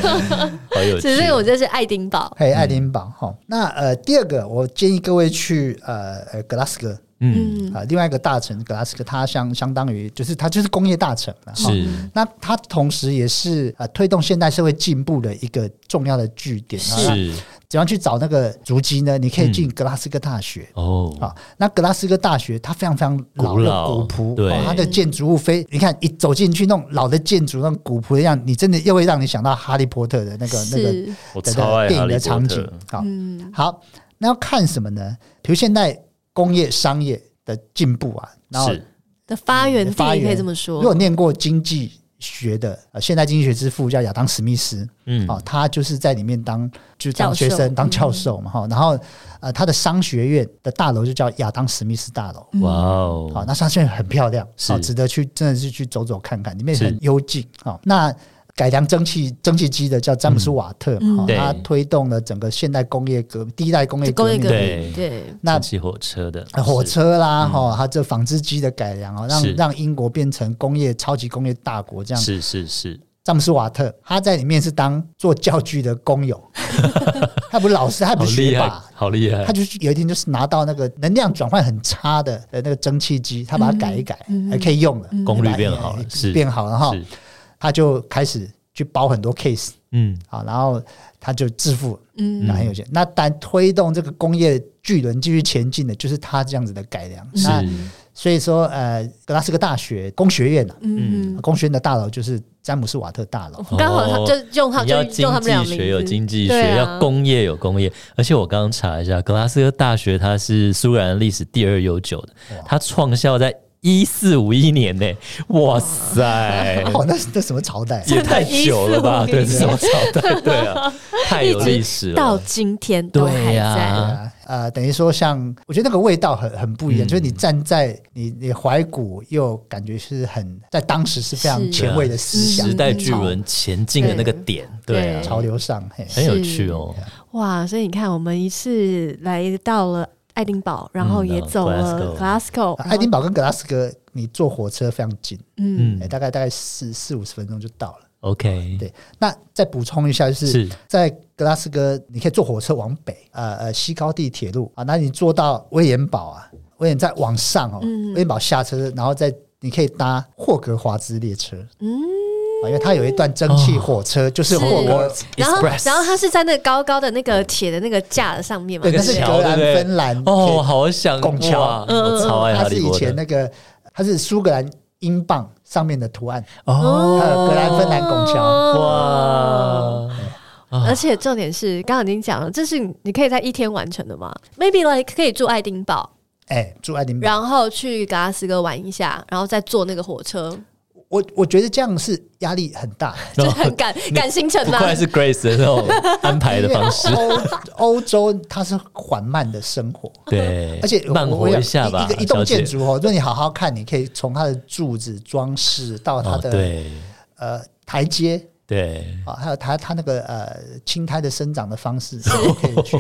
S2: 好有趣。
S1: 只是我这是爱丁堡，
S2: 嗯
S3: 嘿，爱丁堡哈。那呃，第二个，我建议各位去呃呃格拉斯哥
S2: 嗯，
S3: 啊，另外一个大城格拉斯哥，它相相当于就是它就是工业大城了哈。
S2: 是
S3: 那它同时也是呃推动现代社会进步的一个重要的据点。啊
S2: 是嗯
S3: 怎样去找那个足迹呢？你可以进格拉斯哥大学。
S2: 哦，
S3: 啊，那格拉斯哥大学它非常非常老
S2: 古
S3: 的
S2: 老
S3: 古朴，
S2: 对
S3: 哦它的建筑物非，你看一走进去那种老的建筑，那种古朴的样，你真的又会让你想到哈利波特的那个那个
S1: 是
S2: 我
S3: 的
S2: 超爱
S3: 电
S2: 哈
S3: 影
S2: 利
S3: 的
S2: 波
S3: 场景
S2: 特，。
S3: 好，
S1: 嗯，
S3: 好，那要看什么呢？比如现代工业、商业的进步啊，然后
S2: 是
S1: 的发源
S3: 发
S1: 地
S3: 源
S1: 可以这么
S3: 如果
S1: 说，
S3: 念过经济学的，呃，现代经济学之父叫亚当·史密斯，
S2: 嗯
S3: 哦，他就是在里面当就是当学
S1: 教
S3: 生、
S1: 授
S3: 当教授嘛，哈、然后呃，他的商学院的大楼就叫亚当·史密斯大楼。
S1: 嗯
S2: 哇
S3: 好、
S2: 哦，
S3: 那商学院很漂亮，好、
S2: 是
S3: 值得去，真的是去走走看看，里面
S2: 是
S3: 很幽静。好、那改良蒸汽蒸汽机的叫詹姆斯·瓦特，
S1: 嗯
S3: 好
S2: 对
S3: 他推动了整个现代工业革第一代工业
S1: 工
S3: 革
S1: 业
S3: 命
S1: 革
S3: 的
S1: 命
S2: 对
S1: 对，
S3: 那啊
S2: 蒸汽火车的
S3: 火
S2: 是嗯
S3: 车啦，哈、还有这纺织机的改良哦，
S2: 是
S3: 让让英国变成工业超级工业大国这样。
S2: 是是是，
S3: 詹姆斯·瓦特他在里面是当做教具的 工友，他不是老师，他
S2: 好
S3: 不是
S2: 厉
S3: 学
S2: 害
S3: 霸，，
S2: 好厉害
S3: 他，就是有一天就是拿到那个能量转换很差的呃那个蒸汽机，他把它改一改，还可以用了，
S2: 功率
S3: 把它
S2: 变好了是
S3: 变好了哈
S2: 是，
S3: 他就开始去包很多 case
S2: 嗯，
S3: 啊，然后他就致富了。
S1: 嗯
S3: 那很有钱。那但推动这个工业巨轮继续前进的，就是他这样子的改良。
S2: 是
S3: 那所以说，呃，格拉斯哥大学工学院啊，
S1: 嗯，
S3: 工学院的大楼就是詹姆斯瓦特大楼。
S1: 刚好他就用他
S2: 哦你要
S1: 就
S2: 经
S1: 用他们俩
S2: 济
S1: 名字，
S2: 学有经济
S1: 对
S2: 学，
S1: 啊
S2: 要工业有工业。而且我刚刚查一下，格拉斯哥大学它是苏格兰历史第二悠久的，它创校在一四五一年呢、哇 塞！
S3: 哦，那那什么朝代？啊
S2: 也太久了吧？
S1: 1451
S2: 对，是什么朝 代？对啊，太有历史
S1: 到
S2: 了。
S1: 今天都还
S2: 对呀
S1: 在。
S3: 对啊呃，等于说像，我觉得那个味道很很不一样，就是你站在你你怀古，又感觉是很在当时是非常
S1: 是
S3: 前卫的思想，
S2: 时代
S1: 嗯
S2: 巨轮前进的那个点，对啊，
S3: 潮流上，嘿，
S2: 很有趣哦。
S1: 哇，所以你看，我们一次来到了爱丁堡，然后
S2: 嗯
S1: 也
S2: 到
S1: 走了 Glasgow，
S3: 啊爱丁堡跟格拉斯哥，你坐火车非常近，
S1: 嗯，
S3: 哎，大概大概四四五十分钟就到了。
S2: OK，
S3: 对，那再补充一下，就是
S2: 是
S3: 在格拉斯哥，你可以坐火车往北，呃呃，西高地铁路啊，那你坐到威廉堡啊，威廉再往上哦，威廉堡下车，然后再你可以搭霍格华兹列车，嗯，啊，因为它有一段蒸汽火车，就是
S1: 是
S3: 霍格，
S1: 然后
S2: Express
S1: 然后它是在那个高高的那个铁的那个架子上面嘛，
S3: 对，
S2: 那
S3: 那
S2: 个
S3: 是
S2: 桥
S3: 格
S2: 对
S3: 兰
S2: 不对
S3: 芬兰
S2: 哦，
S3: 铁
S2: 好想
S3: 拱桥
S2: 哇
S1: 嗯
S2: 我超爱哈
S3: 它是
S2: 利
S3: 以
S2: 波特
S3: 前。那个，它是苏格兰英镑上面的图案，
S2: 哦
S3: 还有格兰芬兰拱桥，
S1: 哇！
S2: 哇，
S1: 哦
S2: 啊
S1: 而且重点是，刚刚已经讲了，这是你可以在一天完成的嘛？Maybe like 可以住爱丁堡，
S3: 哎，住爱
S2: 嗯
S3: 丁堡。
S1: 然后去格拉斯哥玩一下，然后再坐那个火
S2: 哦
S1: 车，
S3: 我我觉得这样是压力很大，
S1: 就是很赶赶行程
S2: 不
S1: 嘛。
S2: 愧是 Grace 的那种安排的 方式
S3: 因，为欧欧洲它是缓慢的生活，
S2: 对，
S3: 而且我
S2: 慢活
S3: 我
S2: 一
S3: 想
S2: 下吧，
S3: 一个一
S2: 小
S3: 栋
S2: 姐
S3: 建筑哦，如果你好好看，你可以从它的柱子装饰
S1: 啊
S3: 到它
S2: 哦，
S3: 的、
S2: 对
S3: 呃台阶
S2: 对，
S3: 啊，还有它它那个呃青苔的生长的方式， 都可以去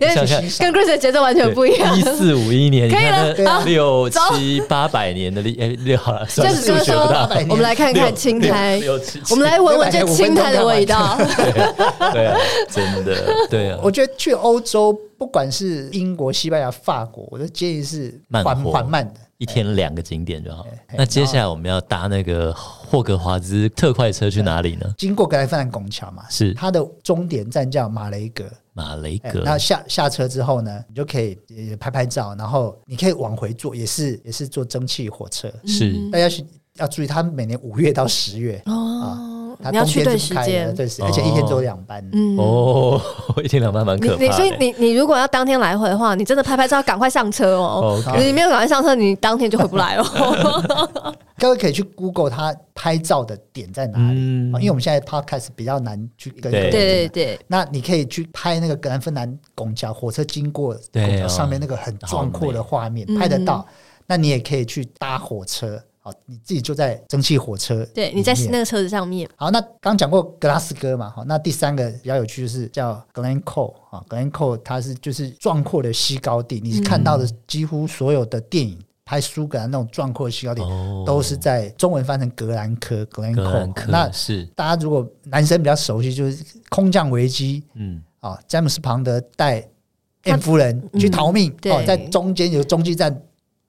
S1: 因为
S2: 想想
S1: 跟 Grace 的节奏完全不一样
S2: 一。四五一年，你
S1: 可以
S2: 看
S1: 了
S2: 那
S1: 好
S2: 六
S1: 走
S2: 七八百年的历，哎，六好 了，
S1: 这
S2: 算
S1: 样
S2: 是
S1: 子
S2: 数
S1: 哥
S2: 学
S1: 说
S2: 不
S3: 哎
S2: 大。，
S1: 我们来看看青苔，
S2: 六七，
S1: 我们来闻闻这青苔的味道。
S2: 对啊，真的，对啊，
S3: 我觉得去欧洲不管是英国、西班牙、法国，我都建议是
S2: 慢
S3: 缓
S2: 活
S3: 缓慢的。
S2: 一天两个景点就好
S3: 哎。哎
S2: 那接下来我们要搭那个霍格华兹特快车去哪里呢？
S3: 经过格莱芬兰拱桥嘛，
S2: 是
S3: 它的终点站叫马雷格。
S2: 马雷
S3: 哎
S2: 格。
S3: 那下下车之后呢，你就可以呃拍拍照，然后你可以往回坐，也是也是坐蒸汽火车。
S2: 是
S3: 大家是要注意，它每年五月到十月，
S1: 哦，
S3: 它
S1: 你要
S3: 啊冬
S1: 去
S3: 天
S1: 对
S3: 是
S1: 时
S3: 不开的，
S1: 间，
S3: 对时间，而且一天只有两班。
S1: 嗯。
S2: 哦， 一天两班蛮
S1: 你
S2: 可怕欸
S1: 你所以
S2: 的。
S1: 你你如果要当天来回的话，你真的拍拍照，赶快上车哦。
S3: 啊
S2: OK
S1: 你没有赶快上车，你当天就回不来 哦。
S3: 各位可以去 Google 它拍照的点在哪里，
S2: 嗯
S3: 哦因为我们现在 Podcast 比较难去跟
S1: 对
S2: 对
S1: 对对，
S3: 那你可以去拍那个格兰芬兰拱桥火车经过
S2: 对
S3: 拱桥
S2: 哦
S3: 上面那个很壮阔的画面，
S1: 美
S3: 拍得到。那你也可以去搭火车，好，你自己就在蒸汽火车。
S1: 对，你在那。个车子上面，
S3: 好，那刚讲过格拉斯哥嘛，好，那第三个比较有趣就是叫 Glencoe 啊，Glencoe 它是就是壮阔的西高地，你是看到的几乎所有的电影拍苏格兰那种壮阔的西高地，
S2: 哦
S3: 都是在中文翻成格兰科 Glencoe
S2: 格兰
S3: 好
S2: 科
S3: 那
S2: 是
S3: 大家如果男生比较熟悉，就是空降危机
S2: 嗯
S3: 啊，詹姆斯庞德带 M
S1: 他嗯
S3: 夫人去逃命，
S1: 对
S3: 哦，在中间有中继站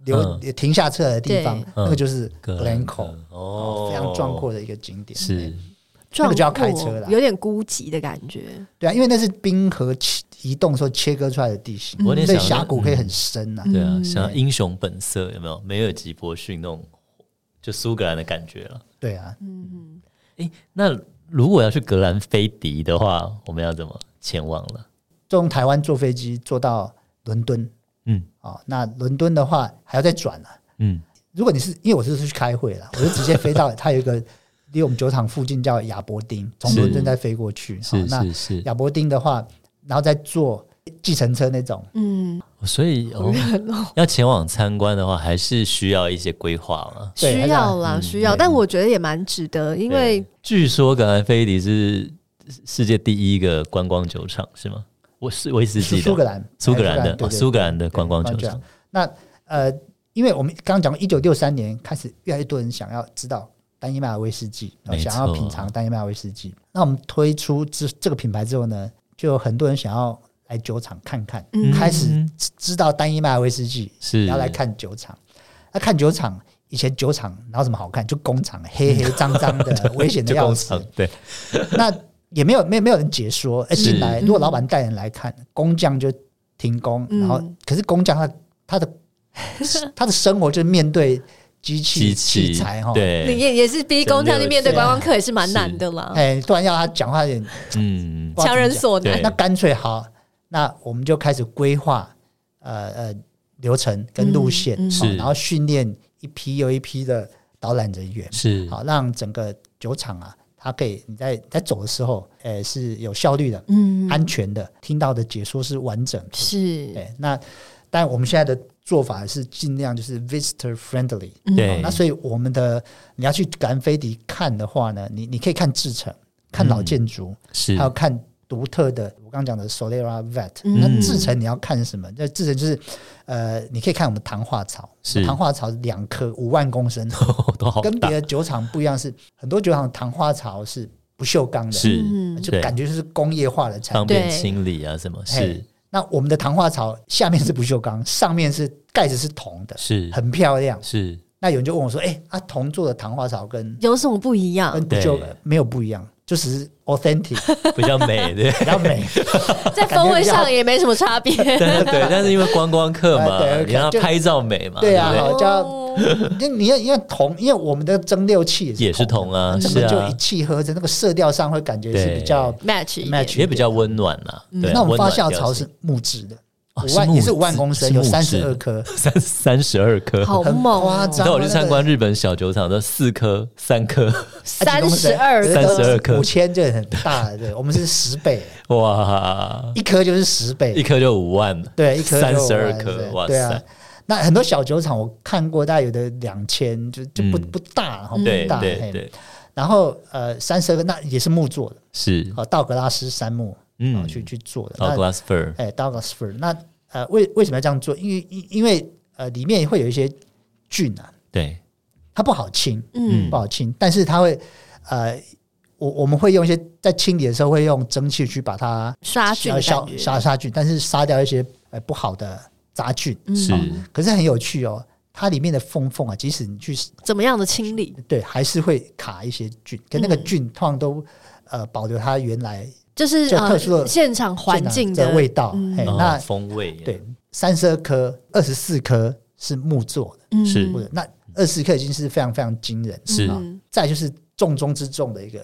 S3: 留停下车的地方
S1: 对，
S2: 嗯
S3: 那个就是
S2: 格
S3: g
S2: 兰
S3: l
S2: 科
S3: c
S2: 哦
S3: 哦，，非常壮阔的一个景点。
S2: 是
S3: 对那个就要开
S1: 壮
S3: 车啦
S1: 阔有点孤寂的感觉。
S3: 对啊，因为那是冰河切移动时候切割出来的地形，
S2: 嗯我有点
S3: 所以
S2: 想
S3: 峡谷可以很深啊。
S2: 对啊，像英雄本色有没有？梅尔吉伯逊那种，就苏格兰的感觉了。
S3: 对啊，
S1: 嗯，
S2: 诶，那如果要去格兰菲迪的话，我们要怎么前往了？
S3: 从台湾坐飞机坐到伦敦
S2: 嗯
S3: 哦，那伦敦的话还要再转啊。
S2: 嗯，
S3: 如果你是因为我这次去开会了，我就直接飞到 它有一个离我们酒厂附近叫亚伯丁，从
S2: 是
S3: 伦敦再飞过去。好
S2: 是
S3: 哦那
S2: 是是，
S3: 亚伯丁的话，然后再坐计程车那种，
S1: 嗯，
S2: 所以 哦，要前往参观的话，还是需要一些规划嘛。
S3: 对
S1: 需要啦，需要，但我觉得也蛮值得，因为
S2: 对据说格兰菲迪是世界第一个观光酒厂，是吗？我是威士
S3: 是
S2: 忌
S3: 苏
S2: 的
S3: 格兰，
S2: 苏格兰的
S3: 对
S2: 哦
S3: 对
S2: 苏格兰的
S3: 对
S2: 观光酒
S3: 酒
S2: 厂。
S3: 那呃，因为我们刚刚讲过，一九六三年开始，越来越多人想要知道单一麦芽威士忌，呃
S2: 没错
S3: 想要品尝单一麦芽威士忌。那我们推出这这个品牌之后呢，就有很多人想要来酒厂看看，
S1: 嗯
S3: 开始知知道单一麦芽威士忌，
S2: 是
S3: 然后来看酒厂。那看酒厂，以前酒厂哪有什么好看，就工厂黑黑脏脏 的，危险的
S2: 就
S3: 要
S2: 工
S3: 死
S2: 厂。对，
S3: 那也没有没有没有人解说，哎、
S2: 是
S3: 进来如果老板带人来看，工匠就停工，
S1: 嗯
S3: 然后可是工匠他他的他的生活就是面对机器
S2: 机器
S3: 器材哈，，哦
S1: 你
S2: 对，
S1: 也也是逼工匠去面对观光客也是蛮难的啦，
S3: 哎、突然要他讲话有点
S2: 嗯，
S3: 哎
S1: 强人所难
S2: 对。
S3: 那干脆好，那我们就开始规划呃呃流程跟路线，
S1: 嗯嗯
S3: 哦
S2: 是
S3: 然后训练一批又一批的导览人员，
S2: 是
S3: 好让整个酒厂啊，它可以你在你在走的时候，呃是有效率的，
S1: 嗯，
S3: 安全的，听到的解说是完整的。
S1: 是，
S3: 对，那但我们现在的做法是尽量就是 visitor friendly、
S1: 嗯
S2: 对
S3: 那所以我们的你要去格兰菲迪看的话呢，你你可以看制成，看老建筑，
S2: 嗯是
S3: 还有看独特的我刚刚讲的 Solera Vet、
S1: 嗯
S3: 那制成你要看什么？那制成就是呃，你可以看我们糖化草，
S2: 是
S3: 糖化草两颗五万公升，
S2: 都好
S3: 跟别
S2: 大，
S3: 的酒厂不一样是，很多酒厂的糖化草是不锈钢的，
S2: 是
S1: 嗯
S3: 就
S2: 对
S3: 感觉就是工业化的产
S2: 方
S3: 品。
S2: 便
S1: 对
S2: 清理啊，什么是
S3: 嘿那我们的糖化槽下面是不 锈钢，上面是盖子是铜的，
S2: 是
S3: 很漂亮。
S2: 是
S3: 那有人就问我说：“哎、啊，铜做的糖化槽跟
S1: 有什么不一样？
S3: 跟不锈
S2: 对
S3: 没有不一样，就只是 authentic
S2: 比较美，对
S3: 比较美。
S1: 在风味上也没什么差别。
S2: 对 对对，但是因为观光客嘛
S3: 哎，对
S2: 你让
S3: 就
S2: 他拍照美嘛，
S3: 对
S2: 对
S3: 啊
S2: 不对？
S3: 好就要
S1: 哦
S3: 因为你要因为铜，因为我们的蒸馏器
S2: 也是
S3: 铜
S2: 同啊，
S3: 的，
S2: 是
S3: 整个就
S2: 啊
S3: 一，气呵成，那个色调上会感觉是比较。
S1: match 一
S3: match
S1: 点，
S2: 也比较温暖呐。对啊
S3: 嗯那我们
S2: 温
S3: 发
S2: 暖
S3: 酵
S2: 调
S3: 槽
S2: 性
S3: 是木质的，
S2: 哦
S3: 五
S2: 是
S3: 万
S2: 木
S3: 也是五万公升，有
S2: 是木
S3: 三
S2: 质
S3: 十二 颗，
S2: 三三十二颗。
S1: 好
S3: 很
S1: 猛
S3: 夸
S1: 哦，
S2: 你知
S3: 张
S2: 道我去参观日本小酒厂，都四颗、三颗，
S1: 三十
S3: 啊
S1: 二
S2: 32颗
S3: 五千就很大了。对，我们是十倍，
S2: 哇，
S3: 一颗就是十倍，
S2: 一颗就五万，
S3: 对，一颗
S2: 三
S3: 就
S2: 十二
S3: 完
S2: 颗
S3: 对，
S2: 哇
S3: 对啊
S2: 塞，。
S3: 那很多小酒厂我看过，大概有的两千，就就不、
S2: 嗯
S3: 不大，然后不
S2: 对
S3: 啊大。
S2: 对
S3: 嘿
S2: 对，
S3: 然后呃，三十二个那也是木做的，
S2: 是
S3: 哦，道格拉斯杉木，嗯，
S2: 嗯
S3: 去去做的。
S2: 哦
S3: 那
S2: ，glass fur，
S3: 哎，道格拉斯那呃，为为什么要这样做？因为因因为呃，里面会有一些菌啊，
S2: 对，
S3: 它不好清，
S1: 嗯
S3: 不好清，但是它会呃，我我们会用一些在清理的时候会用蒸汽去把它
S1: 杀菌
S3: 呃
S1: 的
S3: 消
S1: 感觉
S3: 杀杀菌，但是杀掉一些呃不好的杂菌。
S1: 嗯
S2: 是
S3: 可是很有趣哦，它里面的缝缝啊，即使你去
S1: 怎么样的清理？
S3: 对，还是会卡一些菌，跟那个
S1: 嗯
S3: 菌通常都呃保留它原来
S1: 就是
S3: 就特殊
S1: 呃
S3: 的
S1: 现场环境
S3: 的
S1: 的
S3: 味道。
S1: 嗯
S3: 哎，
S2: 哦
S3: 那
S2: 风味耶
S3: 对，三十二颗，二十四颗是木做的，
S1: 嗯
S2: 是
S3: 或者那二十颗已经是非常非常惊人。
S2: 是
S3: 啊
S1: 嗯，
S3: 再就是重中之重的一个，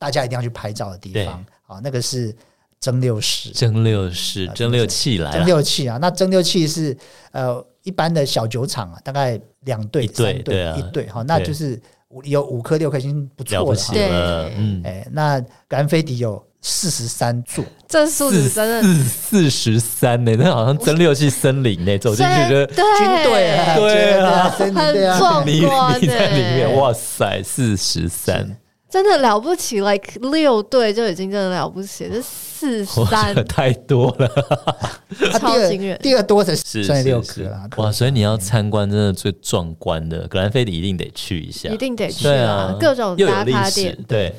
S3: 大家一定要去拍照的地方啊，那个是蒸馏室。
S2: 蒸馏室
S3: 啊
S2: 蒸馏器来
S3: 蒸
S2: 了，
S3: 馏器啊，那蒸馏器是呃一般的小酒厂啊，大概两对、
S2: 一对
S3: 三
S2: 对啊
S3: 一对，好，那
S2: 对
S3: 就是五有五颗六颗已经不
S2: 了
S3: 错
S2: 不
S3: 了
S2: 起
S3: 哈。
S2: 了，
S1: 对
S2: 嗯，
S3: 哎，那格兰菲迪有四十三座，
S1: 这数字真的
S2: 四四十三呢，那好像蒸馏器森林呢，走进去就
S3: 军队啊，
S2: 对啊
S3: 军队啊，对啊，
S1: 很
S2: 你
S1: 壮观
S2: 你在里面，
S1: 欸
S2: 哇塞，四十三，
S1: 真的了不起，like 六对就已经真的了不起，这四
S2: 哇
S1: 三
S2: 这太多了，
S3: 啊
S1: 超
S3: 第二
S1: 惊人
S3: 第二多的
S2: 是
S3: 算六
S2: 是
S3: 颗啦，嗯
S2: 是哇，所以你要参观真的最壮观的格兰菲迪一定得去一下，
S1: 一定得去
S2: 对
S1: 啊
S2: 啊，，
S1: 各种
S2: 又
S1: 打
S2: 有历
S1: 卡
S2: 史
S1: 点，，
S2: 对，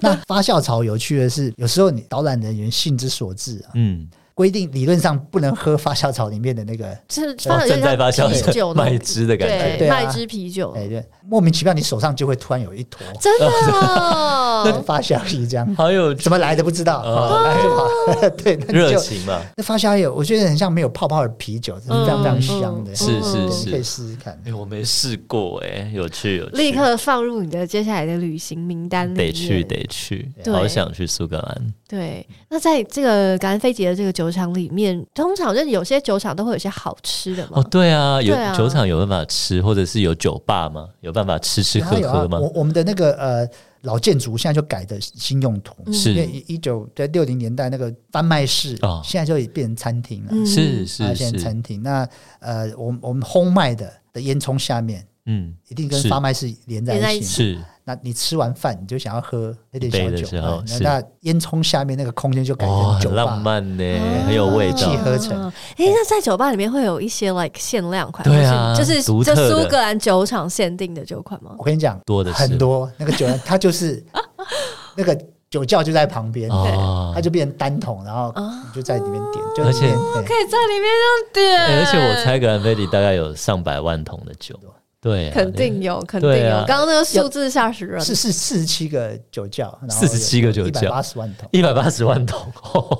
S3: 那发酵槽有趣的是，有时候你导览人员性之所至啊，
S2: 嗯，
S3: 规定理论上不能喝发酵槽里面的那个，
S1: 就是
S2: 哇
S1: 放
S2: 正在发酵
S1: 啤酒
S2: 的
S1: 那种
S2: 麦汁的感觉，
S1: 对
S3: 对啊
S1: 麦汁啤
S2: 哦
S1: 酒，
S3: 哎，对，莫名其妙你手上就会突然有一坨
S1: 真的 哦
S3: 发酵液这样，
S2: 好有
S3: 怎么来的不知道，
S2: 哦
S3: 啊来就好， 对，那 你
S2: 热
S3: 就
S2: 情嘛，
S3: 那发酵液，我觉得很像没有泡泡的啤酒，是非常非常香的，
S1: 嗯
S2: 是是
S3: 对你可
S2: 是，
S3: 以试试看。
S2: 哎，我没试过，哎，有趣有趣，
S1: 立刻放入你的接下来的旅行名单里面。
S2: 得去得去，
S1: 对
S2: 好想去苏格兰，
S1: 对，那在这个感恩飞节的这个酒厂里面，通常就是有些酒厂都会有一些好吃的嘛。
S2: 哦，对啊，有
S1: 对啊
S2: 酒厂有办法吃，或者是有酒吧吗？有办法吃吃
S3: 有啊
S2: 喝
S3: 有啊
S2: 喝吗？
S3: 我我们的那个呃老建筑现在就改的新用途，因为
S2: 嗯是
S3: 一九在六零年代那个贩卖室
S2: 哦，
S3: 现在就已变成餐厅了。
S1: 嗯
S2: 是
S3: 啊，
S2: 是
S3: 现在
S2: 是，
S3: 餐厅。那呃，我们我们烘麦的的烟囱下面
S2: 嗯，
S3: 一定跟
S2: 是
S3: 发麦是连在
S1: 连在
S3: 一
S1: 一
S3: 起。
S2: 是
S3: 那你吃完饭，你就想要喝那
S2: 一
S3: 点小
S2: 杯的
S3: 酒
S2: 时候
S3: 啊，那
S2: 是
S3: 那烟囱下面那个空间就改
S2: 哦，
S3: 成酒
S2: 很浪
S3: 吧。
S2: 漫呢
S1: 啊，
S2: 很有味
S3: 气
S2: 道
S3: 氛。合成
S1: 诶，那在酒吧里面会有一些 like 限量款，
S2: 对啊
S1: 就是
S2: 独
S1: 就是
S2: 特
S1: 这
S2: 的
S1: 苏格兰酒厂限定的酒款吗？
S3: 我跟你讲，
S2: 多的是
S3: 很多那个酒，它就是那个酒窖就在旁边，
S2: 哦
S3: 它就变成单桶，然后
S1: 啊
S3: 你就在里面点，就
S2: 而且
S3: 里面对
S1: 可以在里面这样
S2: 哎
S1: 点，
S2: 而且我猜格兰菲迪大概有上百万桶的酒，对啊，
S1: 肯定有，肯定
S2: 对
S1: 有
S2: 啊。
S1: 刚刚那个数字吓死人，
S3: 是是四十七个酒窖，
S2: 47个酒窖
S3: 一百八十万桶。
S2: 一百八十万桶， 哦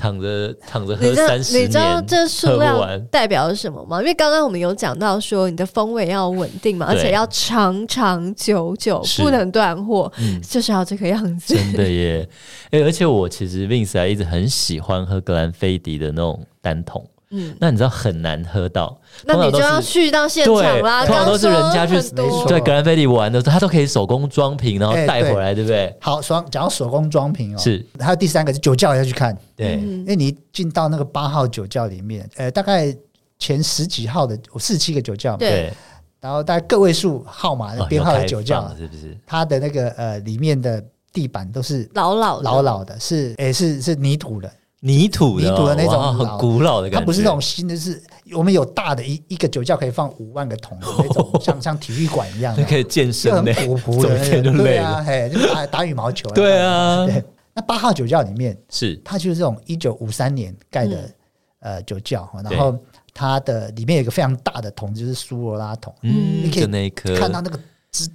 S2: 躺着躺着
S1: 你
S2: 喝
S1: 知道
S2: 三
S1: 你
S2: 十
S1: 知道
S2: 年，
S1: 这
S2: 喝
S1: 数
S2: 不
S1: 量
S2: 完。
S1: 代表是什么吗？因为刚刚我们有讲到说你的风味要稳定嘛，而
S2: 对
S1: 且要长长久久，
S2: 是
S1: 不能断货，
S2: 嗯
S1: 就是要这个样子。
S2: 真的耶， 哎、而且我其实 Vince 还一直很喜欢喝格兰菲迪的那种单桶，
S1: 嗯，
S2: 那你知道很难喝到，
S1: 那
S2: 通
S1: 你
S2: 常
S1: 就
S2: 都
S1: 要
S2: 是。
S1: 去到现场
S2: 对，
S1: 啦。
S2: 通常都是
S1: 刚
S2: 人家去
S1: 说很多
S3: 没错
S2: 对格兰菲迪玩的时候，他都可以手工装瓶，然后
S3: 哎
S2: 带回来，对不对？
S3: 好，手讲到手工装瓶哦，
S2: 是。
S3: 还有第三个是酒窖要去看，
S2: 对，
S1: 嗯
S3: 因为你一进到那个八号酒窖里面，呃，大概前十几号的四七个酒窖嘛，
S1: 对
S2: 对，
S3: 然后大概个位数号码的
S2: 哦
S3: 编号的酒窖，
S2: 有开放是不是？
S3: 它的那个呃里面的地板都是
S1: 老老的
S3: 老老的，是诶是是泥土的，
S2: 泥土的哦
S3: 泥土的那种
S2: 哇很
S3: 老
S2: 古老的感
S3: 它
S2: 觉，
S3: 不 是那种新的，是我们有大的一一个酒窖可以放五万个桶的那种， 像像体育馆一样
S2: 那
S3: 的，
S2: 可以健
S3: 就
S2: 身
S3: 很
S2: 的，
S3: 朴朴的
S2: 走一天就
S3: 那种，
S2: 累
S3: 对
S2: 了
S3: 啊，。嘿，就打打羽毛球，
S2: 对，啊，
S3: 对。那八号酒窖里面，
S2: 是
S3: 它就是这种一九五三年盖的、
S1: 嗯
S3: 呃酒窖哈，
S2: 对
S3: 然后它的里面有一个非常大的桶，就是苏罗拉桶，
S2: 嗯，
S3: 你可以
S2: 就那一颗，
S3: 看到那个之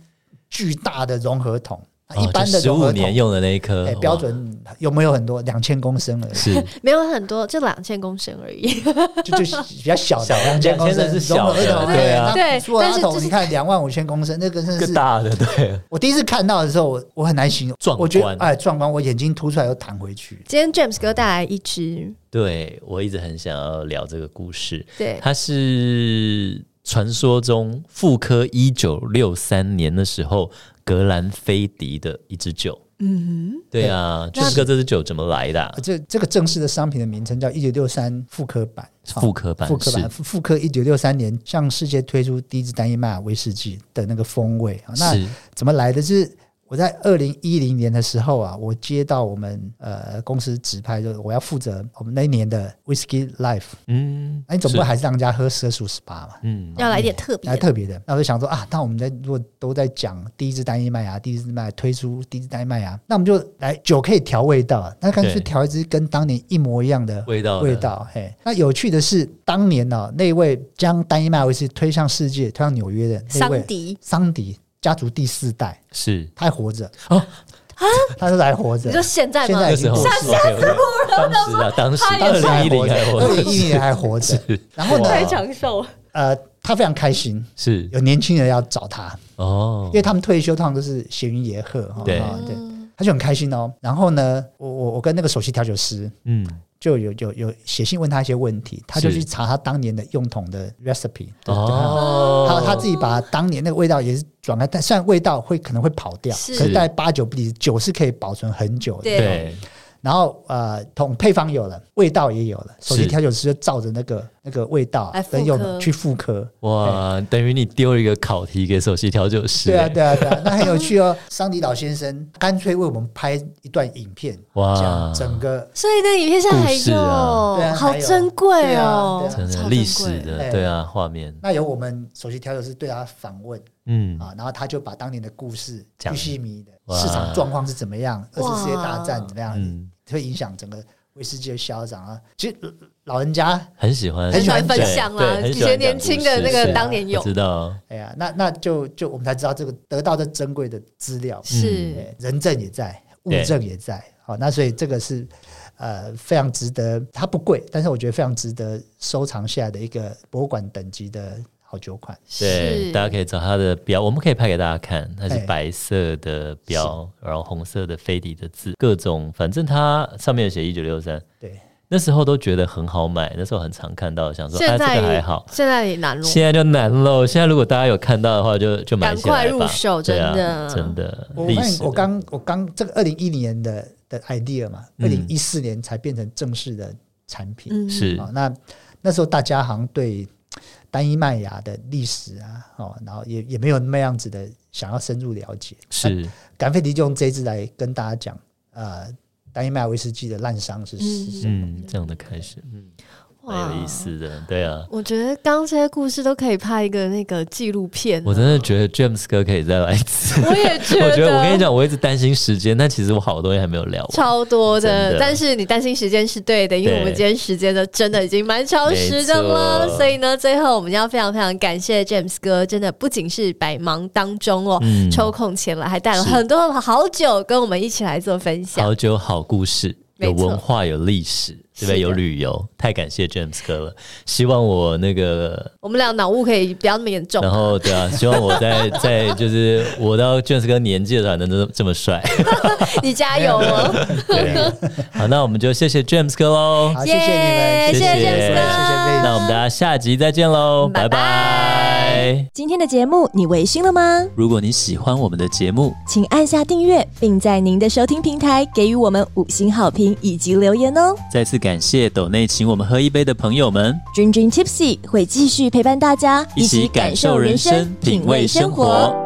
S3: 巨大的融合桶，那一
S2: 哦
S3: 般
S2: 就
S3: 的
S2: 十
S3: 融
S2: 五
S3: 合
S2: 年
S3: 桶，
S2: 用的哦那一颗，
S3: 哎，
S2: 哇
S3: 标准有没有很多两千公升而已，
S2: 是
S1: 没有很多，就两千公升而已。
S3: 就就比较小的两
S2: 2000
S3: 千公升
S2: 是小
S3: 融合
S2: 的
S3: 桶，
S2: 对啊
S3: 那
S1: 对
S3: 苏罗
S1: 但
S3: 拉
S1: 是就
S3: 桶
S1: 是
S3: 你看两万五千公升，那个真的
S2: 更
S3: 是。
S2: 大的，对，
S3: 我第一次看到的时候，我我很难形容，
S2: 壮观
S3: 我觉得哎壮观，我眼睛凸出来又弹回去，
S1: 今天 James 给我带来一支，
S2: 对我一直很想要聊这个故事，
S1: 对，
S2: 它是传说中妇科一九六三年的时候格兰菲迪的一支酒。
S1: 嗯哼，
S2: 对啊，就是哥这支酒怎么来的啊、
S3: 这这个正式的商品的名称叫一九六三复刻版，
S2: 复刻版
S3: 复刻
S2: 是
S3: 版复复刻一九六三年向世界推出第一支单一麦芽威士忌的那个风味啊。那
S2: 是
S3: 怎么来的？就是我我在二零一零年的时候啊，我接到我们呃公司指派，就是我要负责我们那一年的 Whisky Life。
S2: 嗯，
S3: 那你总不会
S2: 是
S3: 还是让人家喝奢数十八嘛？
S2: 嗯
S1: 要来点特别
S3: 还
S1: 的，
S3: 特别的，那我就想说啊，那我们在如果都在讲第一支单一麦芽，第一支麦芽推出第一支单一麦芽，那我们就来酒可以调味道啊，那干脆
S2: 对
S3: 调一支跟当年一模一样的
S2: 味道的
S3: 味道。嘿，那有趣的是，当年呢、那位将单一麦威士忌推向世界、推向纽约的那
S1: 桑
S3: 位
S1: 迪，
S3: 桑迪家族第四代，
S2: 是
S3: 他还活着
S2: 哦
S3: 他都还活
S1: 啊
S3: 着
S1: 你。说现在
S3: 现
S1: 吗？
S3: 在
S2: 那
S3: 已
S2: 时
S3: 经
S2: 候
S3: 过世了
S2: ，OK，OK，当时啊，当时
S1: 他
S2: 二
S1: 也是
S2: 零一零还
S3: 二
S2: 活
S3: 零
S2: 着，
S3: 一零年还活着。然后呢，
S1: 太长寿，
S3: 呃，他非常开心，
S2: 是
S3: 有年轻人要找他，
S2: 哦
S3: 因，为他们退休通常都是闲云野鹤哈。
S2: 对
S3: 哈对，
S1: 嗯
S3: 他就很开心哦。然后呢，我我我跟那个首席调酒师
S2: 嗯，
S3: 就有有有写信问他一些问题，他就是去查他当年的用桶的 recipe 对。
S2: 哦，
S3: 他他自己把当年那个味道也是转开，但虽然味道会可能会跑掉，
S1: 是
S3: 可是大概八九不离十，酒是可以保存很久的。
S1: 对
S2: 对，
S3: 然后呃，桶配方有了，味道也有了，首席
S2: 是
S3: 调酒师就照着那个那个味道
S1: 来复
S3: 跟用
S1: 刻
S3: 去复刻。
S2: 哇，等于你丢一个考题给首席调酒师，
S3: 哎对啊，对啊，对啊，那很有趣哦。 桑迪老先生干脆为我们拍一段影片，
S2: 哇
S3: 讲整个
S1: 所以那影片现在还
S2: 故事
S1: 有，
S2: 啊
S3: 对啊
S1: 好
S3: 还有
S1: 珍贵哦
S3: 对啊，对
S1: 超
S2: 真
S3: 啊
S2: 的
S1: 珍
S2: 嗯历史
S1: 贵
S2: 的，
S3: 哎
S2: 对啊，画面，
S3: 那有我们首席调酒师对他访问
S2: 嗯，
S3: 啊，然后他就把当年的故事、
S2: 讲
S3: 巨细靡的
S2: 哇
S3: 市场状况是怎么样，二次世界大战怎么样
S2: 嗯，
S3: 会影响整个威士忌的消长啊。其实呃老人家，
S2: 很喜欢，
S3: 很喜欢
S1: 分
S2: 对
S1: 享
S2: 对
S1: 啦，
S2: 很
S1: 以
S2: 喜
S1: 前
S2: 欢讲
S1: 年
S2: 故
S1: 轻的
S2: 事
S1: 那个
S2: 是嗯
S1: 当年
S2: 我
S1: 有
S2: 知道，
S3: 哎呀，那那就就我们才知道这个得到这珍贵的资料，
S1: 是
S3: 哎人证也在，物
S2: 对
S3: 证也在。好，那所以这个是呃非常值得，它不贵，但是我觉得非常值得收藏下来的一个博物馆等级的好酒款。
S2: 对，
S1: 是
S2: 大家可以找它的标，我们可以拍给大家看，它是
S3: 哎
S2: 白色的标，然后红色的飞碟的字，各种，反正它上面有写一九六三，
S3: 对，
S2: 那时候都觉得很好买，那时候很常看到，想说哎、
S4: 现在
S2: 这个还好。
S4: 现在也难了。
S2: 现在就难喽！现在如果大家有看到的话就，就买起来吧。
S4: 赶快入手
S2: 对啊
S4: 真的
S2: 真的
S3: 我
S2: 历
S3: 发
S2: 史
S3: 现
S2: 的。
S3: 我刚我刚这个二零一零年的的 idea 嘛，
S2: 嗯
S3: 二零一四年才变成正式的产品。
S4: 嗯，
S2: 是
S3: 哦，那那时候大家好像对单一麦芽的历史啊，哦，然后也也没有那样子的想要深入了解。
S2: 是
S3: 赶飞迪就用这一支来跟大家讲，呃，单一麦芽威士忌的烂伤是是什么？
S2: 嗯，这样的开始，嗯，
S4: 哇
S2: 蛮有意思的，对啊。
S4: 我觉得刚刚这些故事都可以拍一个那个纪录片啊。
S2: 我真的觉得 James 哥可以再来一次。
S4: 我也觉
S2: 我觉得我跟你讲，我一直担心时间，但其实我好多东西还没有聊完。
S4: 超多的，
S2: 真的
S4: 但是你担心时间是对的，因为
S2: 对
S4: 我们今天时间呢真的已经蛮超时的了
S2: 没，错
S4: 所以呢，最后我们要非常非常感谢 James 哥，真的不仅是百忙当中哦，
S2: 嗯
S4: 抽空前来，还带了
S2: 是
S4: 很多好酒跟我们一起来做分享。
S2: 好酒好故事，
S4: 没
S2: 有
S4: 错
S2: 文化，有历史，对不
S4: 是的
S2: 对？有旅游，太感谢 James 哥了。希望我那个，
S4: 我们俩脑雾可以不要那么严重
S2: 然，后对啊，希望我在在就是我到 James 哥年纪的时候还能这么这 么帅。
S4: 你加油 哦！
S2: 对啊，好，那我们就谢谢 James 哥喽。
S3: 好，谢谢你们，
S4: 耶
S3: 谢
S2: 谢谢
S3: 谢各位谢谢贝
S2: 那我们大家下集再见喽，
S4: 拜拜
S2: 拜。
S5: 今天的节目你微醺了吗？
S2: 如果你喜欢我们的节目，
S5: 请按下订阅，并在您的收听平台给予我们五星好评以及留言哦。
S2: 再次感谢斗内请我们喝一杯的朋友们，
S5: 君君 Tipsy 会继续陪伴大家，
S2: 一起感受人生，品味生活。